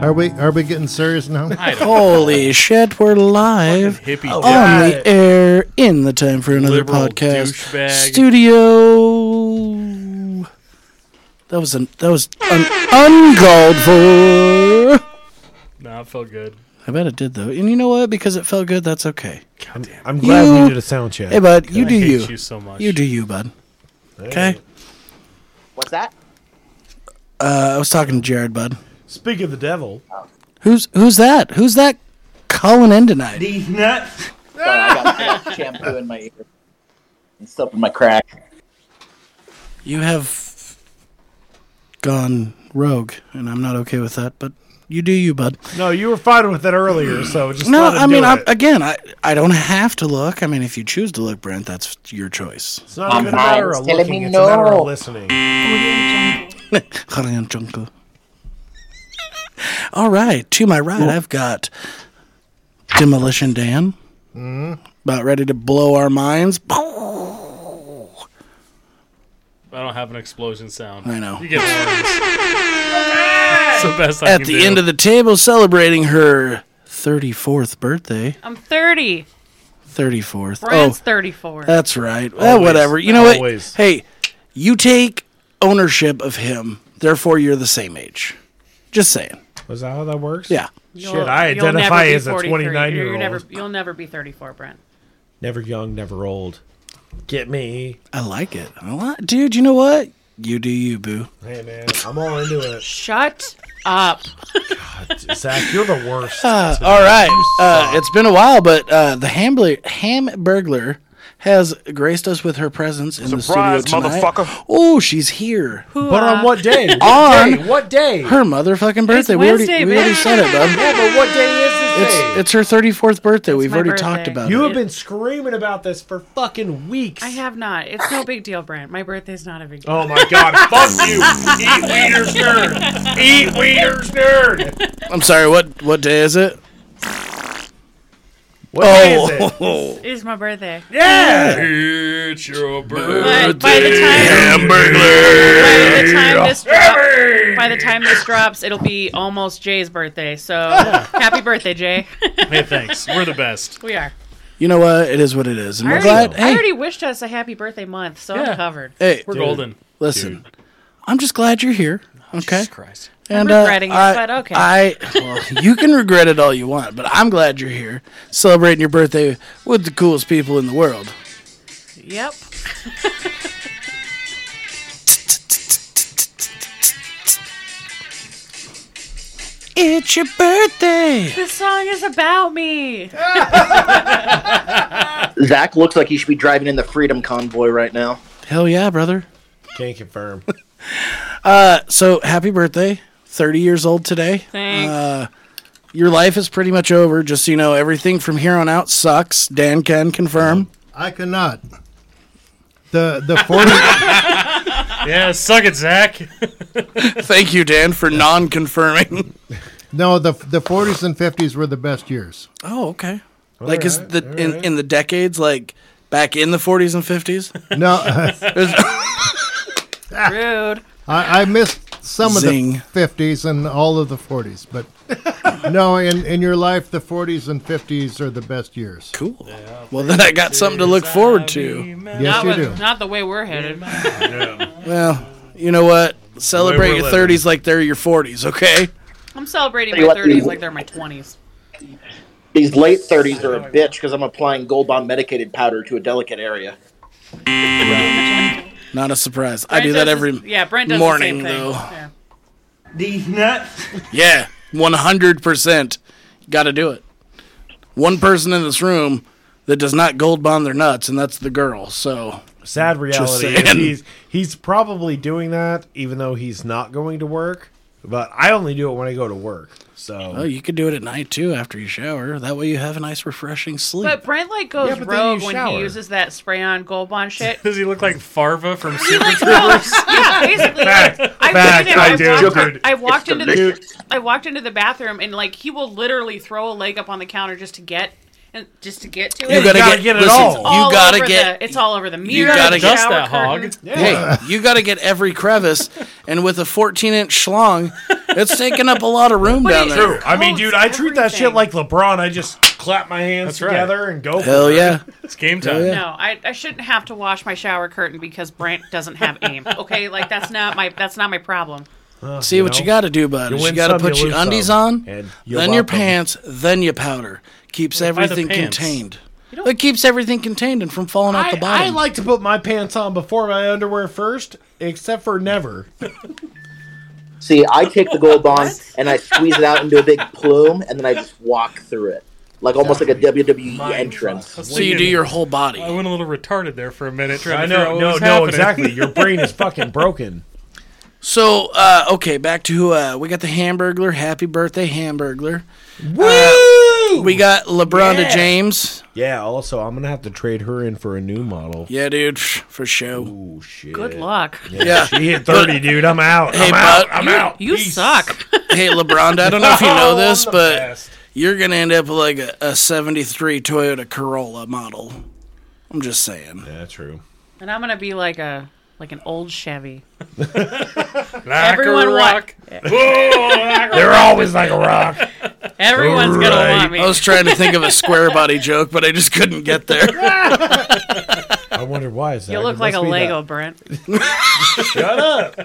Are we are we getting serious now? I don't Holy shit, we're live hippie on dick. the air in the time for another Liberal podcast douchebag. studio. That was an that was an uncalled for. Nah, it felt good. I bet it did though, and you know what? Because it felt good, that's okay. God damn. I'm glad You- we did a sound check. Hey, bud, you I do hate you. you. so much. You do you, bud. Okay. What's that? Uh, I was talking to Jared, bud. Speak of the devil. Who's who's that? Who's that calling in tonight? These nuts. Sorry, I got shampoo in my ear. And stuff in my crack. You have gone rogue, and I'm not okay with that. But you do you, bud. No, you were fighting with that earlier, so just No, let it I mean, do I, it. again, I, I don't have to look. I mean, if you choose to look, Brent, that's your choice. it's not even a My matter of mind's telling looking; me it's a matter no. of listening. Hurry on, Junko. All right, to my right, I've got Demolition Dan. Mm-hmm. About ready to blow our minds. I don't have an explosion sound. I know. You get one of these. It's the best I At can the do. end of the table, celebrating her 34th birthday. I'm 30. 34th. Brian's oh, 34. That's right. Eh, whatever. You know Always. what? Hey, you take ownership of him. Therefore, you're the same age. Just saying. Was that how that works? Yeah. You'll- Shit, I you'll never identify be as a 43. 29 year You're never- old. You'll never be 34, Brent. Never young, never old. Get me. I like it. I li- Dude, you know what? You do you, boo. Hey, man, I'm all into it. Shut up. Zach, you're the worst. Uh, all right. Uh, it's been a while, but uh, the Hambler, Ham Burglar has graced us with her presence in Surprise, the studio tonight. motherfucker. Oh, she's here. but on what day? What On- day? What day? Her motherfucking birthday. we already, Wednesday, we already bitch. said it, bub. yeah, but what day is this day? It's, it's her 34th birthday. We've my already birthday. talked about you it. have been screaming about this for fucking weeks. I have not. It's no big deal, Brent. My birthday's not a big deal. Oh my god, fuck you. Eat Wiener's nerd. Eat Wiener's nerd. I'm sorry, what, what day is it? Oh. What day is It it? is my birthday. Yeah. It's your birthday. But by the time, Hamburglar. by the time this drops, by the time this drops, it'll be almost Jay's birthday. So happy birthday, Jay. Hey, thanks. We're the best. we are. You know what? It is what it is. And I we're already, glad. I Hey, already wished us a happy birthday month, so Yeah. I'm covered. hey, We're golden. listen. I'm just glad you're here. Okay. Christ. And, uh, regretting it, I, but okay. I, well, you can regret it all you want, but I'm glad you're here celebrating your birthday with the coolest people in the world. Yep. It's your birthday. This song is about me. Zach looks like he should be driving in the Freedom Convoy right now. Hell yeah, brother. Uh, Can't confirm. So happy birthday. 30 years old today. Thanks. Your life is pretty much over. Just so you know, everything from here on out sucks. Dan can confirm. I cannot. The the forty Yeah, suck it, Zach. Thank you, Dan, for non confirming. no the the forties and fifties were the best years. Oh, okay. like is the in, in the decades like back in the 40s and 50s? No, Uh, Rude. I, I missed some Zing. of the fifties and all of the forties, but no, in in your life the forties and fifties are the best years. Cool. well, then I got something to look forward to. Yes, Not, you do. with- not the way we're headed. Well, you know what? Celebrate we're your living. 30s like they're your 40s, okay? I'm celebrating Tell you my what, 30s dude. like they're my 20s. These late 30s are a bitch because I'm applying Gold Bond medicated powder to a delicate area. Not a surprise. I do Brent that does every the- yeah, Brent does morning, the same though. thing. Yeah. These nuts. Yeah, 100%. Got to do it. One person in this room that does not gold bond their nuts, and that's the girl. So, Sad reality is saying. he's he's probably doing that even though he's not going to work. But I only do it when I go to work. So oh, you could do it at night too after you shower. That way you have a nice, refreshing sleep. But Brent like goes Yeah, but then you rogue when shower. he uses that spray on gold bond shit. Does he look like Farva from Super Like, no, yeah, basically. Like, I, looked at Fact, him, I I, do, walked, dude. I walked into delicious. the I walked into the bathroom and like he will literally throw a leg up on the counter just to get and just to get to it. gotta get it all. It's all You gotta over get. the, it's all over the mirror. gotta the get- Dust that shower curtain. hog. Hey, you got to get every crevice, and with a 14 inch schlong, It's taking up a lot of room down Wait. there. True. I mean, Oh, dude, it's I treat that shit everything. like LeBron. I just clap my hands That's right. together and go. Hell yeah. It's game time. yeah. No, I, I shouldn't have to wash my shower curtain because Brant doesn't have aim. Okay, like that's not my that's not my problem. See what you got to do, bud. is You, win got to some, put you your lose undies some. on, And you then your love them. pants, then your powder. Keeps buy the everything pants. contained. It keeps everything contained and from falling out I, the bottom. I like to put my pants on before my underwear first, except for never. See, I take the gold bond and I squeeze it out into a big plume, and then I just walk through it, like almost like a WWE entrance. That's so you like- do your whole body. I went a little retarded there for a minute trying I to figure out know, what no, was no, happening. exactly. Your brain is fucking broken. So uh, okay, back to uh, we got the Hamburglar. Happy birthday, Hamburglar. Woo! We got LeBron to James. Uh, yeah. Also, I'm gonna have to trade her in for a new model. Yeah, dude, for show. Oh shit. Good luck. Yeah. She hit thirty, dude. I'm out. Hey, I'm bud. out. I'm You, out. you Peace. Oh, suck. hey, LeBron. I don't know if you know this, I'm the but best. you're gonna end up like a, a '73 Toyota Corolla model. I'm just saying. Yeah, true. And I'm gonna be like a like an old Chevy. Like Everyone a wa- rock. They're always like a rock. Everyone's gonna want me. I was trying to think of a square body joke, but I just couldn't get there. I wonder why. Zach. you It look like a must be Lego, that- Brent.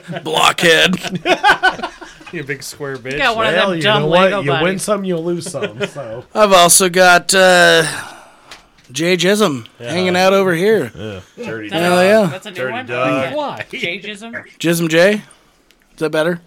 You Blockhead. You big square bitch. got one Well, of them you know dumb Lego what? You win buddies. some, you lose some. So I've also got uh, Jay Jism hanging out over here. dirty. Hell yeah. That's a new one. dog. Why? Jageism. Jism Jay. Is that better?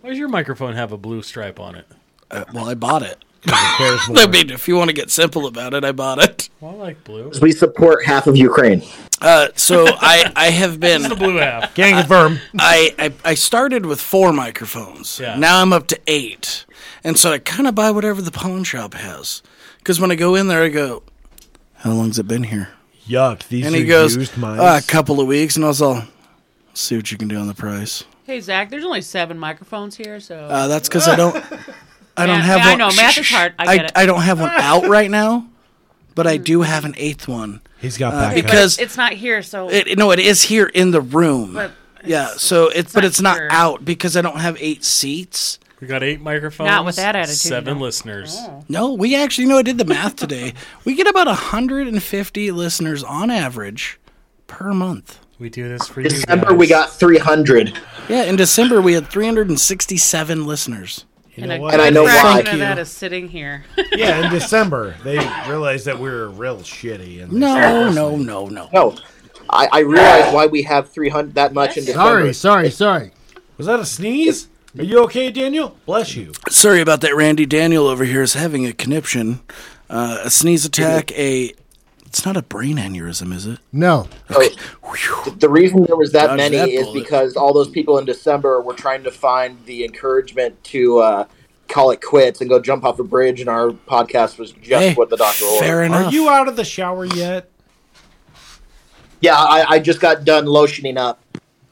Why does your microphone have a blue stripe on it? Uh, well, I bought it. Cares I mean, if you want to get simple about it, I bought it. Well, I like blue. We support half of Ukraine. Uh, so I, I have been The blue half. Can confirm. I, I I started with four microphones. Yeah. Now I'm up to eight, and so I kind of buy whatever the pawn shop has. Because when I go in there, I go, "How long's it been here?" Yuck. These And are he goes, used mice. "Ah, "A couple of weeks," and I was all, "See what you can do on the price." Hey Zach, there's only seven microphones here, so Uh, that's because I don't I don't Math- have I one. know, Shh, math shh, is shh. hard. I get it. I, don't have one out right now, but I do have an eighth one. He's got back Uh, because- it's, it's not here. So It, it- no, it is here in the room. But yeah, so it's, but not it's not here. out because I don't have eight seats. We got eight microphones. Not with that attitude, Seven no. listeners. No, we actually know I did the math today. we get about 150 listeners on average per month. We do this for you. December, guys. we got 300. Yeah, in December we had 367 listeners. You know a what? And I know fraction why. of Thank that you. is sitting here. yeah, in December they realized that we were real shitty. And they No, started no, listening. no, no. No, I, I realize why we have 300 that much in December. Sorry, sorry, sorry. Was that a sneeze? Are you okay, Daniel? Bless you. Sorry about that. Randy Daniel over here is having a conniption, uh, a sneeze attack, a. It's not a brain aneurysm, is it? No. The reason there was that Dodge many that is bullet. because all those people in December were trying to find the encouragement to uh, call it quits and go jump off a bridge, and our podcast was just Hey, what the doctor ordered. fair enough. Are you out of the shower yet? Yeah, I, I just got done lotioning up.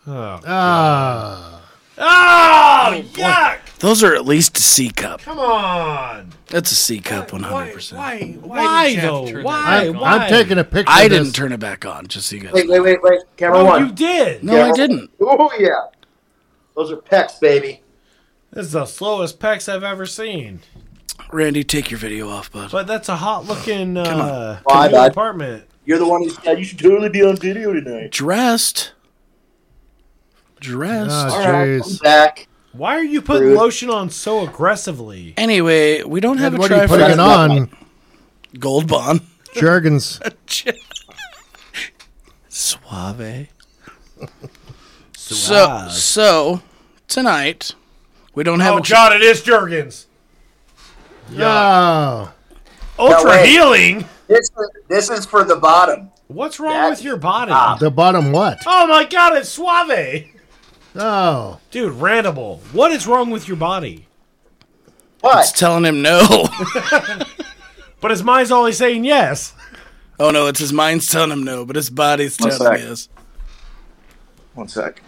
Oh, Ah. oh yuck! Those are at least a C cup. Come on. That's a C cup, 100%. Why? did Why you have to though? turn that Why? back I'm, on? Why? I'm taking a picture. I of this. didn't turn it back on, just so you guys Wait, wait, wait, wait. Camera Oh, one. you did. No, I didn't. Oh yeah, those are pecs, baby. This is the slowest pecs I've ever seen. Randy, take your video off, bud. But that's a hot looking uh, Why, community bud? apartment. You're the one who said you should totally be on video tonight. Dressed. Dressed. Ah, All right, I'm jeez. back. Why are you putting Rude. lotion on so aggressively? anyway, we don't have And a what are try you for putting on? gold bond. Jergens. Suave. So, Suave. so tonight we don't have Oh a try. God, it is Jurgens. Oh. Ultra wait. healing. This this is for the bottom. What's wrong That's- with your body? Ah. The bottom what? Oh my God, it's Suave. Oh. Dude, Randable, what is wrong with your body? What? It's telling him no. But his mind's always saying yes. oh no, it's his mind's telling him no, but his body's One telling him sec. yes. One sec.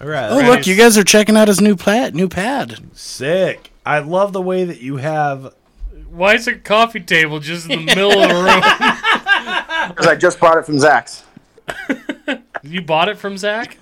All right. Oh look, you guys are checking out his new plat, new pad. sick. I love the way that you have. Why is a coffee table just in the middle of the room? Because I just bought it from Zach's. You bought it from Zach?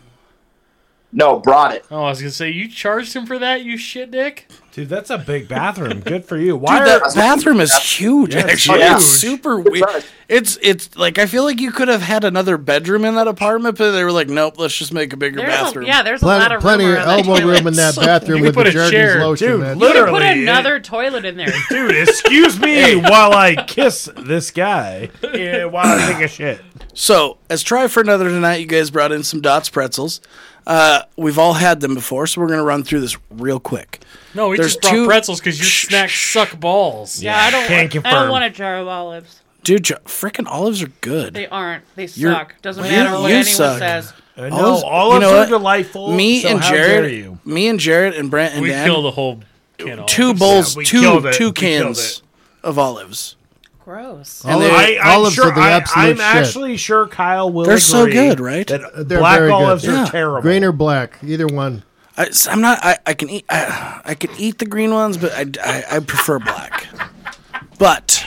No, brought it. Oh, I was gonna say you charged him for that, you shit dick. Dude, that's a big bathroom. Good for you. Why Dude, are, that bathroom is huge. Yeah, it's actually, huge. it's super weird. nice. It's it's like I feel like you could have had another bedroom in that apartment, but they were like, nope, let's just make a bigger There's bathroom. A, yeah, there's a lot Plenty, of plenty room of around elbow that toilet. room in that So- bathroom You with could the put a Jergens chair. lotion. Dude, man. look- You could put Literally, it- another toilet in there. dude? Excuse me while I kiss this guy. Yeah, while I take a shit. So, as try for another tonight, you guys brought in some Dots pretzels. Uh, we've all had them before, so we're going to run through this real quick. No, we There's just brought two- pretzels because your snacks suck balls. Yeah, I don't. Can't I confirm. don't want a jar of olives. Dude, jo- frickin' olives are good. They aren't. They suck. You're- Doesn't you- matter what you anyone suck. says. I know Olives- all you of know them are what? delightful. me so and how dare Jared, you? me and Jared and Brent and we Dan, killed a whole can of two olives. bowls, Yeah, we killed two it. two We killed cans it. of olives. Gross. Olive- Oh, I, I'm olives sure, are the I, absolute I'm shit. actually sure Kyle will. They're so agree good, right? That They're black very good. olives are Yeah. terrible. Green or black, either one. I, am not. I, I can eat. I, I can eat the green ones, but I, I, I prefer black. But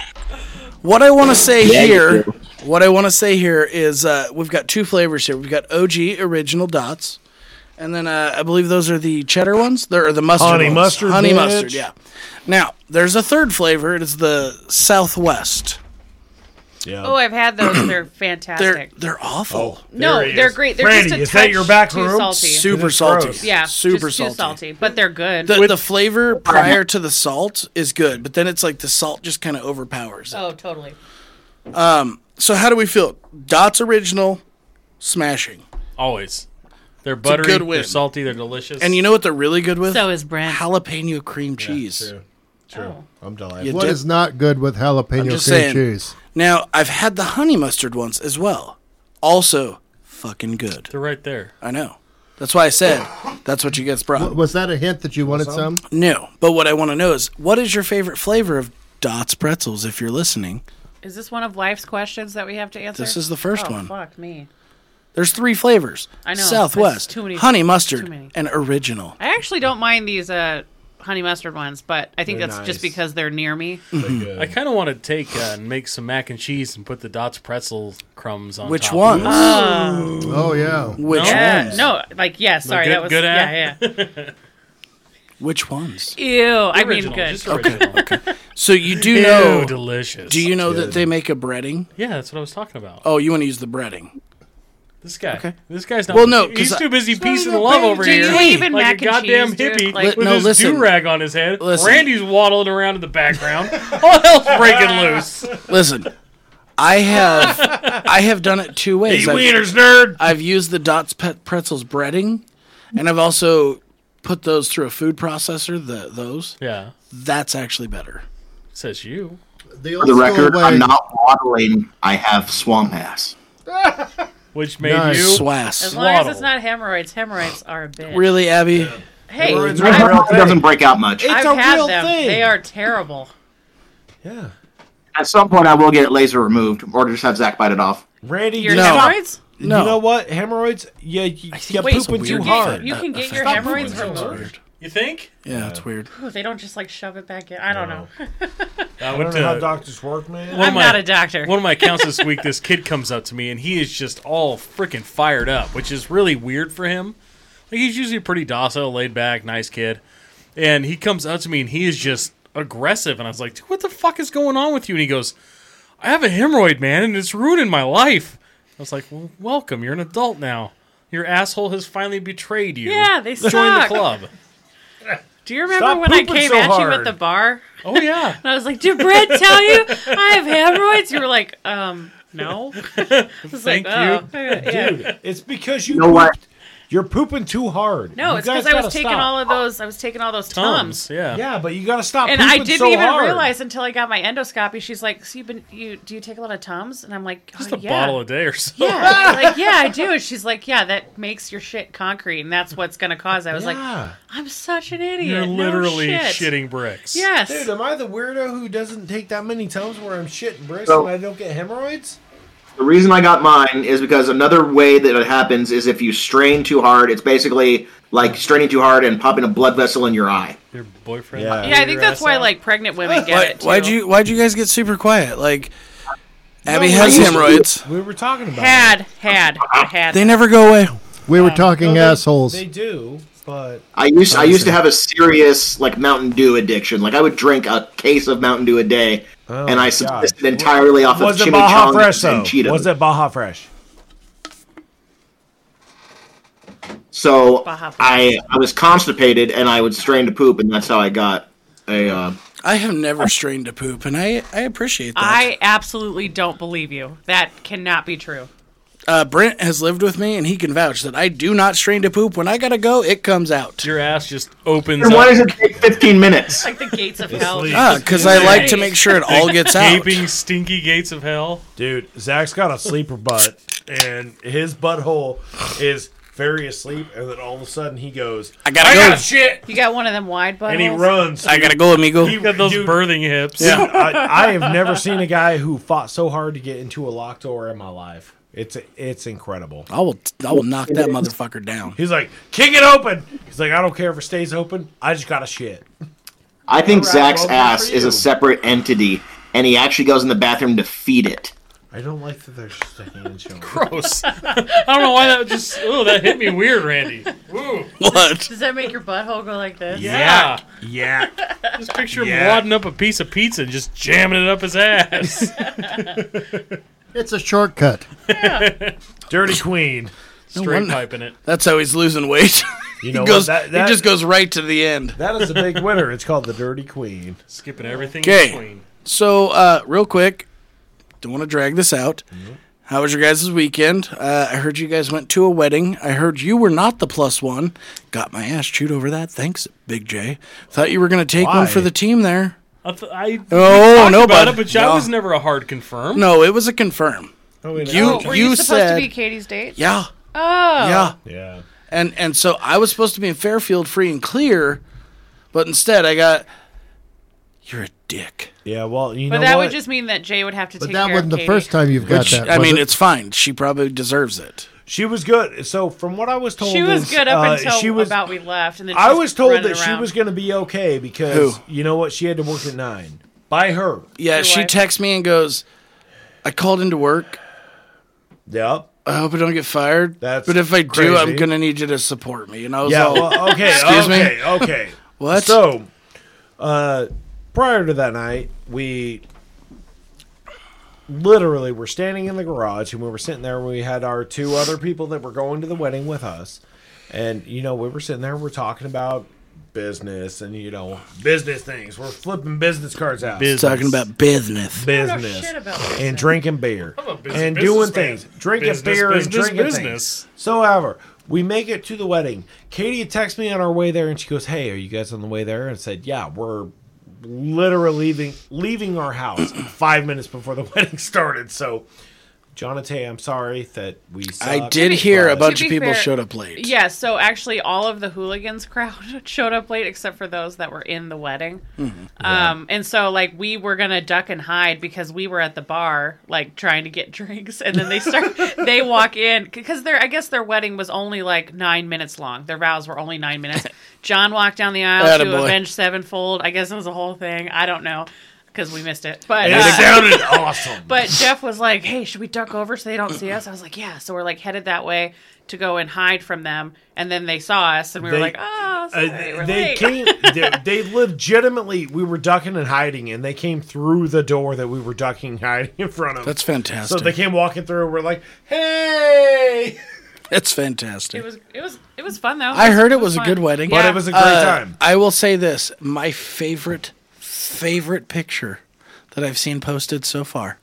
what I want to say you here, do. what I want to say here is, uh, we've got two flavors here. We've got OG original dots, and then uh, I believe those are the cheddar ones. They're or the mustard. Honey ones. mustard, Honey bitch. mustard. Yeah. Now there's a third flavor. It is the Southwest. Yeah. Oh, I've had those. They're They're fantastic. they're awful. Oh. no, there he they're is. great. They're Randy, just a is that touch your back too room? salty. Super It's salty. gross. yeah, Super just salty. Too salty, but they're good. The, the flavor prior to the salt is good, but then it's like the salt just kind of overpowers it. oh, totally. So how do we feel? Dot's original, smashing. Always. They're buttery. good win. They're salty. They're delicious. And you know what they're really good with? So is Brent. jalapeno cream cheese. Oh. I'm You delightful. What dip- is not good with jalapeno cream just saying. cheese? Now I've had the honey mustard once as well. Also fucking good. they're right there. I know. That's why I said that's what you guys brought. Was that a hint that you wanted some? No, but what I want to know is what is your favorite flavor of Dot's pretzels? If you're listening, Is this one of life's questions that we have to answer? this is the first oh, one. Fuck me. There's three flavors. I know. Southwest, That's too many- honey too mustard, many. and original. I actually don't mind these uh, honey mustard ones, but I think They're that's nice. just because they're near me. I kind of want to take uh, and make some mac and cheese and put the Dots pretzel crumbs on. Which top. ones? Oh yeah. Which Yeah, ones? no, like yeah. Sorry, good- that was good at? yeah, yeah. Which ones? Ew, I mean Original, good. Just original. So you do Ew, know? delicious. Do you know that they make a breading? Yeah, that's what I was talking about. Oh, you want to use the breading? This guy. This guy's not. Well, no, 'cause he's I- too busy peace and love over Do you here. even like mac a and goddamn cheese, dude? hippie Like- with No, his listen. do rag on his head. Listen. Randy's waddling around in the background. All hell's breaking loose. Listen, I have I have done it two ways. Eat I've, wieners, nerd. I've used the Dots Pet Pretzels breading, and I've also put those through a food processor. The those Yeah, that's actually better. says you. The For old the school record, way. I'm not waddling. I have swamp ass. Which made Nice. you. As Swass. long as Swaddle. it's not hemorrhoids, hemorrhoids are a bitch. Really, Abby? Hey, Hemorrhoids are I've, real. It doesn't break out much. It's I've a had real them. thing. They are terrible. Yeah. At some point, I will get it laser removed, or just have Zach bite it off. Randy, Your you know- hemorrhoids? No. You know what? Hemorrhoids. Yeah, you, you Wait, pooping it's too you, weird. hard. get, you can get your Stop hemorrhoids pooping too removed. hard. You think? Yeah, it's weird. Ooh, they don't just like shove it back in. I don't know. I I went don't know how to- doctors work, man. One I'm of my- not a doctor. One of my accounts this week, this kid comes up to me and he is just all freaking fired up, which is really weird for him. Like he's usually pretty docile, laid back, nice kid, and he comes up to me and he is just aggressive. And I was like, "Dude, what the fuck is going on with you?" And he goes, "I have a hemorrhoid, man, and it's ruining my life." I was like, "Well, welcome. You're an adult now. Your asshole has finally betrayed you. Yeah, they suck. Join the club." Do you remember Stop when I pooping came so at you hard. at the bar? Oh yeah. And I was like, "Did Brad tell you I have hemorrhoids?" You were like, "Um, no." Thank "Oh, you. Dude, it's because you You know what? pooped- You're pooping too hard. No, You it's guys because I gotta was taking stop. all of those. I was taking all those tums. Tums. Yeah. Yeah, but you gotta stop. And I pooping didn't so even hard. realize until I got my endoscopy. She's like, "So you've been you? Do you take a lot of tums?" And I'm like, Just "Oh, a yeah. bottle a day or so. yeah, like yeah, I do. And she's like, yeah, that makes your shit concrete, and that's what's gonna cause. It. I was like, Yeah. I'm such an idiot. You're No literally shit. shitting bricks. Yes. Dude, am I the weirdo who doesn't take that many times where I'm shitting bricks So- and I don't get hemorrhoids? The reason I got mine is because another way that it happens is if you strain too hard. It's basically like straining too hard and popping a blood vessel in your eye. Your boyfriend. yeah, I think that's why like pregnant women get Why, it. Too. why'd you Why'd you guys get super quiet? Like, Abby No, has I- hemorrhoids. We were talking about. had had I had? They never go away. We were talking No, they- assholes. They do, but I used I used to have a serious like Mountain Dew addiction. Like I would drink a case of Mountain Dew a day, Oh, and I my subsisted entirely off was of it Baja Fresh chimichangas though? and Cheetos. Was it Baja Fresh? so Baja Fresh? I I was constipated and I would strain to poop, and that's how I got a. Uh, I have never strained to poop, and I, I appreciate that. I absolutely don't believe you. That cannot be true. uh, Brent has lived with me, and he can vouch that I do not strain to poop. When I gotta go, it comes out. Your ass just opens and why up, does it take 15 minutes? Like the gates of hell. Ah, because I like to make sure it all gets out. gaping, stinky gates of hell. Dude, Zach's got a sleeper butt, and his butthole is very asleep, and then all of a sudden he goes I gotta I go. got shit. You got one of them wide buttholes. and he runs. I gotta go, amigo. He- Got those dude, birthing hips. dude, I, I have never seen a guy who fought so hard to get into a locked door in my life. It's it's incredible. I will. I will knock that motherfucker down. He's like, kick it open. He's like, I don't care if it stays open. I just got to shit. I think Alright, Zach's well, good ass for is you. a separate entity, and he actually goes in the bathroom to feed it. I don't like that they're just sticking and showing. Gross. I don't know why that just. Oh, that hit me weird, Randy. Ooh. What? Does that make your butthole go like this? Yeah. Yeah. Just picture him Yeah. wadding up a piece of pizza and just jamming it up his ass. It's a shortcut. Dirty Queen. Straight wonder- piping it. That's how he's losing weight. You he know what? goes. That- that- he just goes right to the end. That is a big winner. It's called the Dirty Queen. Skipping everything Okay. in between. So, uh, real quick, don't want to drag this out. Mm-hmm. How was your guys' weekend? Uh, I heard you guys went to a wedding. I heard you were not the plus one. Got my ass chewed over that. Thanks, Big J. Thought you were going to take one Why? for the team there. I, th- I Oh, talked no, about bud. it, but I No. was never a hard confirm. No, it was a confirm. Oh, wait, You oh, Were you, you, supposed said to be Katie's date? yeah Oh. yeah. yeah. And and so I was supposed to be in Fairfield free and clear, but instead I got you're a dick. Yeah, well, you But know that what? would just mean that Jay would have to But take that care wasn't of the Katie. first time you've got Which that. I was mean, it? it's fine. She probably deserves it. she was good. So from what I was told, She was is, good up uh, until she was, about we left, and then I she's was told running that she around. was going to be okay because Who? you know what? She had to work at nine. By her. Yeah, Your she wife? texts me and goes, "I called into work. Yep. I hope I don't get fired. That's but if I do, I'm crazy. gonna need you to support me." And I was Yeah. all, Well, okay. Excuse me? okay. Okay. "What? So, uh, prior to that night, we literally were standing in the garage and we were sitting there. We had our two other people that were going to the wedding with us. And, you know, we were sitting there, we're talking about business and, you know, business things. We're flipping business cards out. Biz- talking about business." I don't know business. shit about this. and drinking beer a busy and doing businessman. things, drinking Business, beer and business, drinking business. things. So, however, we make it to the wedding. Katie texts me on our way there, and she goes, "Hey, are you guys on the way there?" And I said, "Yeah, we're literally leaving leaving our house five minutes before the wedding started." So, Jonathan, I'm sorry that we. Suck, I did hear a but- bunch To of be people fair- showed up late. Yeah, so actually, all of the hooligans crowd showed up late, except for those that were in the wedding. Um, and so, like, we were gonna duck and hide because we were at the bar, like, trying to get drinks, and then they start. they walk in because their, I guess, their wedding was only like nine minutes long. Their vows were only nine minutes. John walked down the aisle to Attaboy. Avenge Sevenfold. I guess it was a whole thing. I don't know because we missed it, but It uh, sounded awesome. but Jeff was like, "Hey, should we duck over so they don't see us?" I was like, "Yeah." So we're like headed that way to go and hide from them, and then they saw us, and we They- were like, "Oh, Uh, sorry, we're they late." came. They, they legitimately. We were ducking and hiding, and they came through the door that we were ducking and hiding in front of. That's So fantastic. they came walking through. and We're like, "Hey!" That's It fantastic. was it was it was fun though. I heard it was a fun. good wedding. But Yeah. it was a great Uh, time. I will say this: my favorite, favorite picture that I've seen posted so far,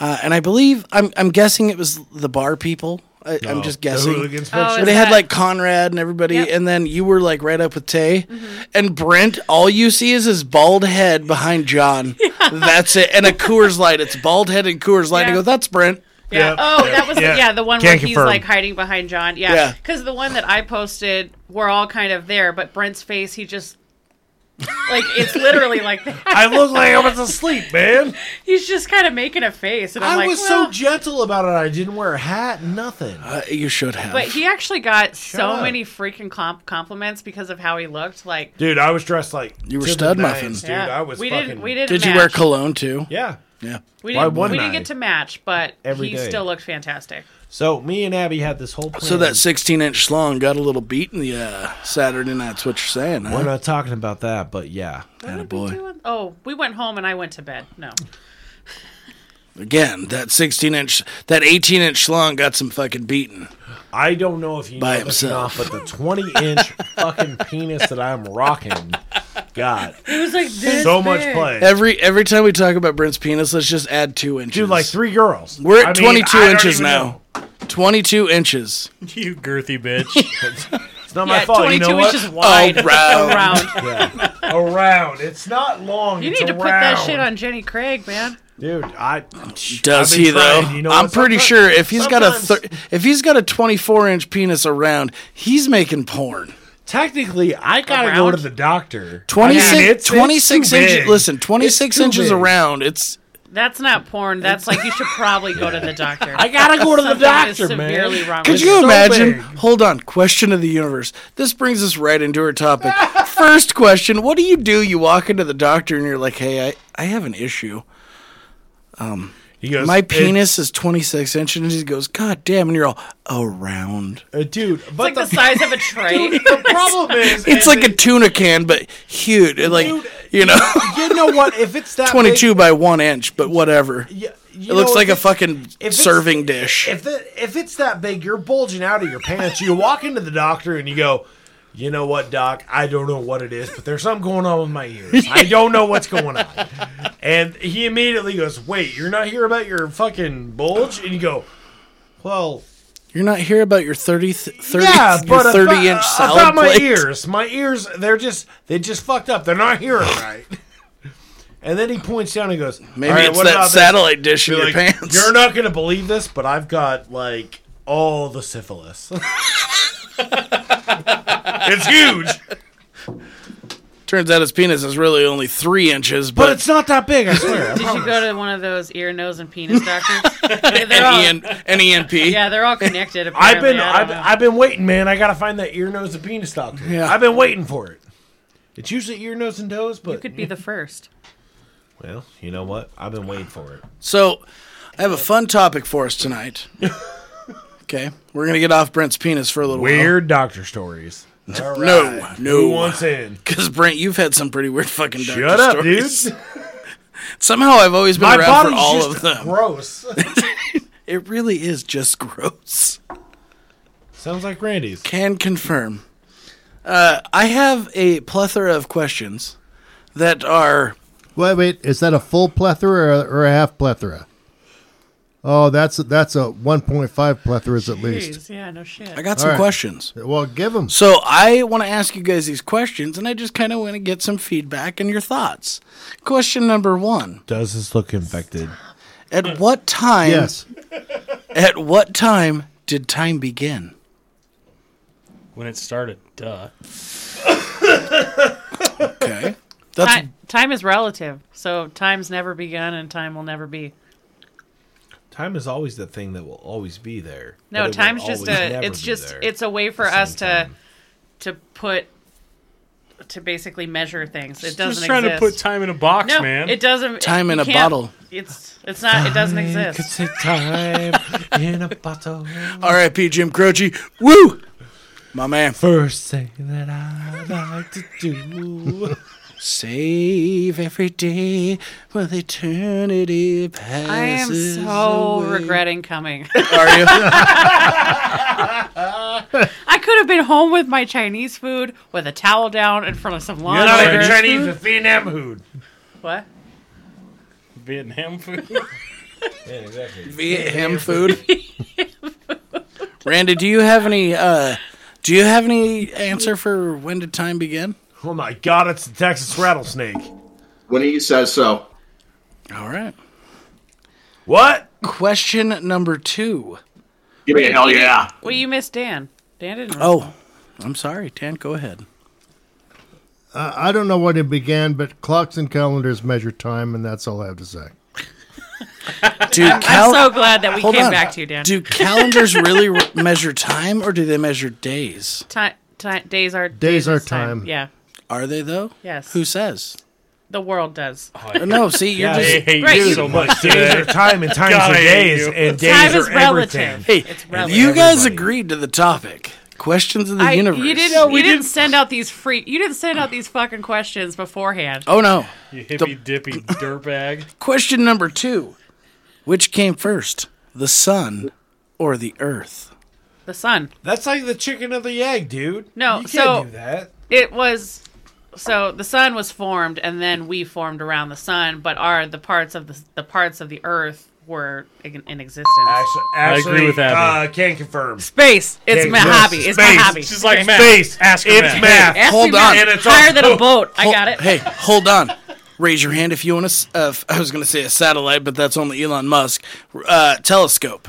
uh, and I believe I'm I'm guessing it was the bar people. I, I'm just The guessing. hooligans Oh, But it's they had that- like Conrad and everybody, Yep. Mm-hmm. and then you were like right up with Tay, and Brent. All you see is his bald head behind John. That's it, and a Coors Light. It's bald head and Coors Light. I Yeah. go, that's Brent. Yeah. Yeah. Oh, that was Yeah. yeah, the one Can't where he's confirm. like hiding behind John. Yeah. Yeah. Because the one that I posted, we're all kind of there, but Brent's face, he just like it's literally like that. I look like I was asleep, man. he's just kind of making a face, and I'm I like, was "Well." so gentle about it. I didn't wear a hat, nothing. Uh, you should have. But he actually got so up. many freaking comp- compliments because of how he looked. Like Dude, I was dressed like You were to the stud nines, muffin. dude. yeah, I was. We fucking, didn't. We didn't. Did you wear match. cologne too? Yeah. Yeah. We Why didn't. We wouldn't didn't I? get to match, but Every he day. still looked fantastic. So me and Abby had this whole plan. So that 16 inch slong got a little beat in the uh, Saturday night's what you're saying, we're huh? not talking about that, but yeah, What Attaboy. are we doing? Oh, we went home and I went to bed. No. Again, that 16 inch, that 18 inch slong got some fucking beating. I don't know if you By know this or not, but the 20 inch fucking penis that I'm rocking got It was like this so much big. play. Every every time we talk about Brent's penis, let's just add two inches. Dude, like three girls. We're I at mean, 22 I don't inches even now. know. 22 inches. You girthy bitch. It's not my Yeah, fault. You 22 know what? inches wide Around. around. around. It's not long. You it's need to put around. that shit on Jenny Craig, man. dude. I Does I've been he though? trying, you know, I'm pretty sometimes- sure if he's got a sometimes- thir- if he's got a 24 inch penis around, he's making porn. technically I gotta go Around? to the doctor. 26, I mean, it's- it's 26 too inches. big. Listen, 26 It's too inches big. around. It's That's not porn. That's like you should probably go to the doctor. I gotta go to the Something is doctor, severely man. wrong could with you you. so imagine? big. Hold on. Question of the universe. This brings us right into our topic. First question: What do you do? You walk into the doctor and you're like, "Hey, I, I have an issue. Um, He goes, My "It- penis is 26 inches." And he goes, "God damn!" And you're all around. uh, dude. But It's like the size of a tray. the problem is, It's like a tuna can, but huge. Like you know, you know what? If it's that big- 22 by one inch, but whatever. Yeah, you It looks know, like if a it's- fucking it's- serving dish. If it, if it's that big, you're bulging out of your pants. You walk into the doctor and you go, you know what, doc? I don't know what it is, but there's something going on with my ears. I don't know what's going on. And he immediately goes, wait, you're not here about your fucking bulge? And you go, well, You're not here about your 30, th- 30, yeah, your but 30 about, inch salad about my plate. ears. My ears, they're just they just fucked up. They're not here right. And then he points down and goes, Maybe "All right, it's what about that this?" satellite dish in Be your like, pants. You're not gonna believe this, but I've got like all the syphilis. it's huge, Turns out his penis is really only three inches, but, but it's not that big. I swear. I Did you promise. go to one of those ear, nose, and penis doctors? They- they're E all- an, EN, an E ENP. yeah, they're all connected. I've Apparently. been I don't I've, know. I've been waiting, man. I gotta find that ear, nose, and penis doctor. Yeah. I've been waiting for it. It's usually ear, nose, and toes, but you could be the first. well, you know what? I've been waiting for it. So, I have a fun topic for us tonight. okay, we're gonna get off Brent's penis for a little Weird doctor stories. while. No, Who no, wants in? because Brent, you've had some pretty weird fucking doctor Shut up, stories. dude. Somehow, I've always been My around for body's all just of them. gross. It really is just gross. Sounds like Randy's. Can confirm. Uh, I have a plethora of questions that are. Wait, wait, is that a full plethora or, or a half plethora? Oh, that's that's a 1.5 plethoras at least. Jeez, yeah, no shit. I got some right. questions. Well, give them. So I want to ask you guys these questions, and I just kind of want to get some feedback and your thoughts. Question number one: Does this look infected? At what time? Yes. At what time did time begin? when it started, duh. Okay, that's Ti- time is relative, so time's never begun and time will never be. Time is always the thing that will always be there. No, but it will time's just always a. never It's be just there. it's a way for us to to put to basically measure things. It doesn't Just trying exist. to put time in a box, no, man. it doesn't. Time you in a can't- bottle. It's it's not. It doesn't Could exist. say time in a bottle. R.I.P. Jim Croce. Woo, my man. First thing that I like to do. Save every day with eternity passes. I am so away. regretting coming. Are you? I could have been home with my Chinese food with a towel down in front of some lawn. You're not even order. Chinese, it's Vietnam food. What? Vietnam food. Yeah, exactly. Viet ham food. Randy, do you have any? Uh, do you have any answer for when did time begin? Oh my god, it's the Texas rattlesnake. When he says so. All right. What? Question number two. Give me a hell yeah. Well, you missed Dan. Dan didn't. Oh, I'm sorry, Tan. Go ahead. I, I don't know when it began, but clocks and calendars measure time, and that's all I have to say. Do I'm cal- so glad that we hold came on. back to you, Dan. Do calendars really re- measure time, or do they measure days? Ti- ti- days are Days are is time. Yeah. Are they though? Yes. Who says? The world does. No, see, you're Oh, Yeah, just I hate Right, you you- so much Days are today. time and times God, are I hate days you. and days Time is are everything. relative. Hey, it's relative. you guys Everybody. agreed to the topic. Questions of the I, universe. you didn't. you didn't send out these free. You didn't send out these fucking questions beforehand. Oh no. You hippy dippy dirtbag. Question number two: Which came first, the sun or the earth? The sun. That's like the chicken or the egg, dude. No, you can't so- do that. It was. So the sun was formed, and then we formed around the sun. But are the parts of the the parts of the earth were in, in existence? Actually, agree actually, with Abby. Uh, can't confirm. Space. It's Yeah, my yes, hobby. It's my space. hobby. She's like math. Space. Ask her It's back. math. Ask Hold me on. about And it's higher all- than a boat. I Hol- got it. Hey, hold on. Raise your hand if you want to. Uh, I was going to say a satellite, but that's only Elon Musk. Uh, telescope,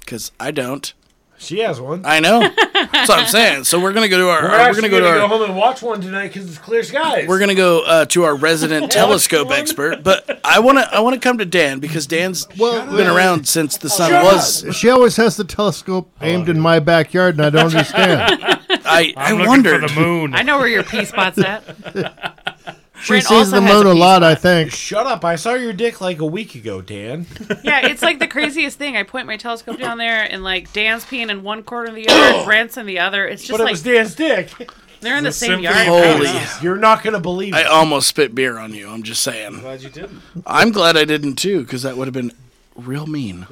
because I don't. She has one. I know. that's what I'm saying. So we're going to go to our. We're, We're, going actually to go to our. home and watch one tonight because it's clear skies. We're gonna go uh, to our resident telescope expert, but I wanna I wanna come to Dan because Dan's Well, been around since the sun was. She always has the telescope aimed in my backyard, and I don't understand. I I I'm looking wondered. for the moon. I know where your pea spot's at. She sees the moon a lot, I think. Shut up! I saw your dick like a week ago, Dan. Yeah, it's like the craziest thing. I point my telescope down there, and like Dan's peeing in one corner of the yard, Brent's in the other. It's just But it like was Dan's dick. they're in the, The same symphony yard. of I don't Holy. know. You're not gonna believe Oh, I it. almost spit beer on you. I'm just saying. Glad you didn't. I'm glad I didn't too, because that would have been real mean.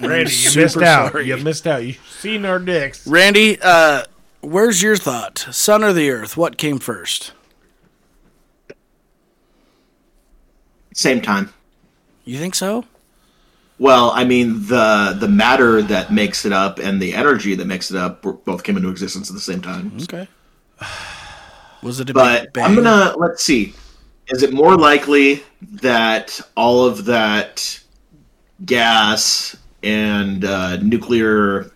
Randy, you super missed out. sorry. You missed out. You've seen our dicks. Randy, uh, where's your thought? Sun or the Earth? What came first? Same time. You think so? Well, I mean, the the matter that makes it up and the energy that makes it up were- both came into existence at the same time. Okay. Was it a But big bang? I'm gonna let's see. Is it more likely that all of that gas and uh, nuclear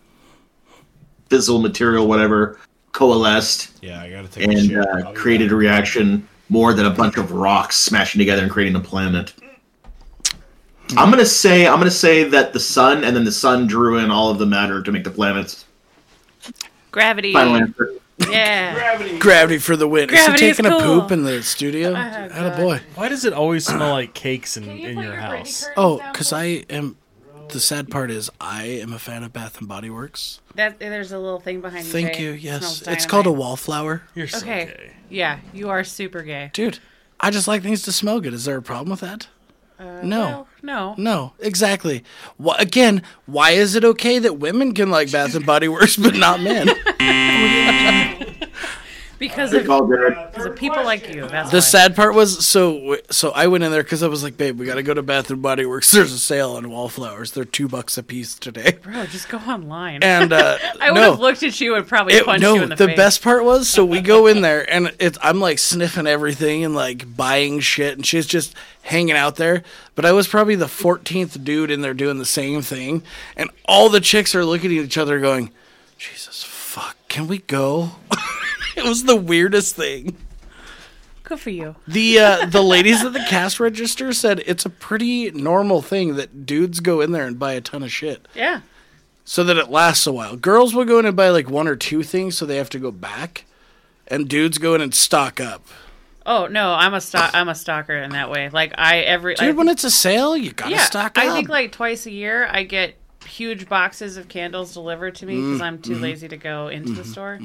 fissile material, whatever, coalesced Yeah, I gotta take a and shit. uh, created a reaction more than a bunch of rocks smashing together and creating a planet? I'm gonna say I'm gonna say that the sun and then the sun drew in all of the matter to make the planets. Gravity. Final answer. Yeah. Gravity for the win. Gravity is is he taking cool. a poop in the studio? Atta boy. Why does it always smell like cakes in, in your, house? Oh, because I am. The sad part is, I am a fan of Bath and Body Works. That, there's a little thing behind you. Thank Jay. you. It Yes, smells it's called a dynamite. wallflower, You're so Okay. gay. Yeah, you are super gay. dude. I just like things to smell good. Is there a problem with that? no. Well, Uh, no. No, exactly. Why, again, why is it okay that women can like Bath and Body Works but not men? Because They of, called Derek. because of people like you. That's the why. sad part was so so I went in there because I was like, babe, we gotta go to Bath and Body Works. There's a sale on wallflowers. They're two bucks a piece today. Bro, just go online. And uh, I would no, have looked at you and probably It- punched no, you in the, face. best part was so we go in there and it's I'm like sniffing everything and like buying shit and she's just hanging out there. But I was probably the 14th dude in there doing the same thing, and all the chicks are looking at each other going, "Jesus fuck, can we go?" it was the weirdest thing. Good for you. The uh, the ladies at the cash register said it's a pretty normal thing that dudes go in there and buy a ton of shit Yeah. so that it lasts a while. Girls will go in and buy like one or two things, so they have to go back, and dudes go in and stock up. Oh no, I'm a stalk. I'm a stalker in that way. Like I every I, Dude, when it's a sale, you gotta yeah, stock up. I think like twice a year I get huge boxes of candles delivered to me Mm, because I'm too mm-hmm. lazy to go into the store.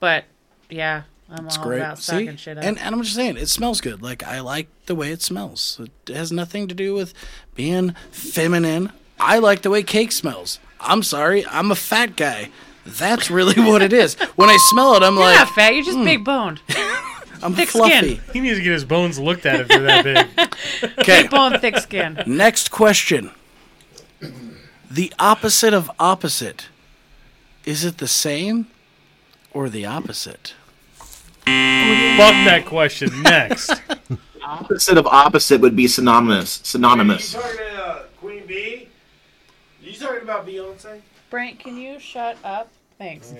But yeah, I'm all Great. about See, stocking and, shit up. and I'm just saying, it smells good. Like I like the way it smells. It has nothing to do with being feminine. I like the way cake smells. I'm sorry, I'm a fat guy. That's really what it is. When I smell it, I'm you're like, mm. not fat. You're just big boned. I'm thick fluffy. skin. He needs to get his bones looked at if they're that big. Okay. Bone, thick skin. Next question. The opposite of opposite. Is it the same or the opposite? Fuck that question. Next. opposite of opposite would be synonymous. Synonymous. talking about Queen Bee? You talking about Beyonce? Brent, can you shut up? Thanks.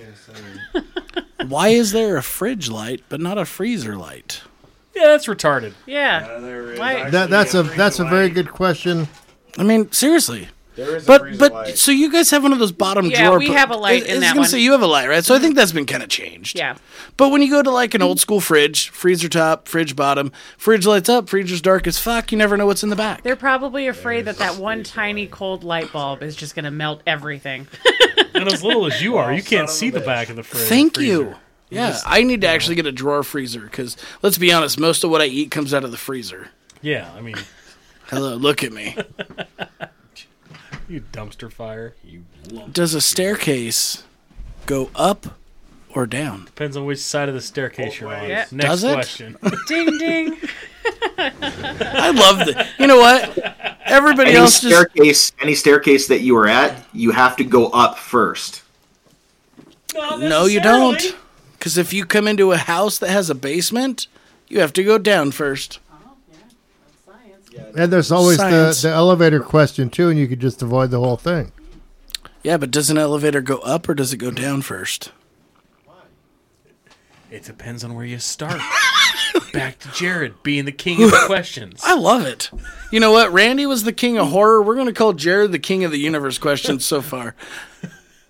Why is there a fridge light but not a freezer light? Yeah, that's retarded. Yeah. Why? That, that's a that's a very good question. I mean, seriously. There is a But freezer but light. so you guys have one of those bottom Yeah, drawer. we pr- have a light I, in I was that gonna one. say you have a light, right? So I think that's been kind of changed. Yeah. But when you go to like an old school fridge, freezer top, fridge bottom, fridge lights up, freezer's dark as fuck. You never know what's in the back. They're probably afraid that that one tiny cold light bulb is just going to melt everything. And as little as you are, Oh, you can't son of see a the bitch. back of the fridge. Thank freezer. you. Yeah, I need to actually get a drawer freezer because let's be honest, most of what I eat comes out of the freezer. Yeah, I mean, Hello, look at me. you dumpster fire. Does a staircase go up or down? Depends on which side of the staircase you're on. Yeah. Next Oh, Does it? question. ding ding. I love the. You know what? Everybody Any else just. staircase, any staircase that you are at, you have to go up first. No, you don't. Because if you come into a house that has a basement, you have to go down first. And there's always the, Science. the elevator question too, and you could just avoid the whole thing. Yeah, but does an elevator go up or does it go down first? It depends on where you start. back to Jared being the king of the questions. I love it. You know what? Randy was the king of horror. We're going to call Jared the king of the universe questions so far.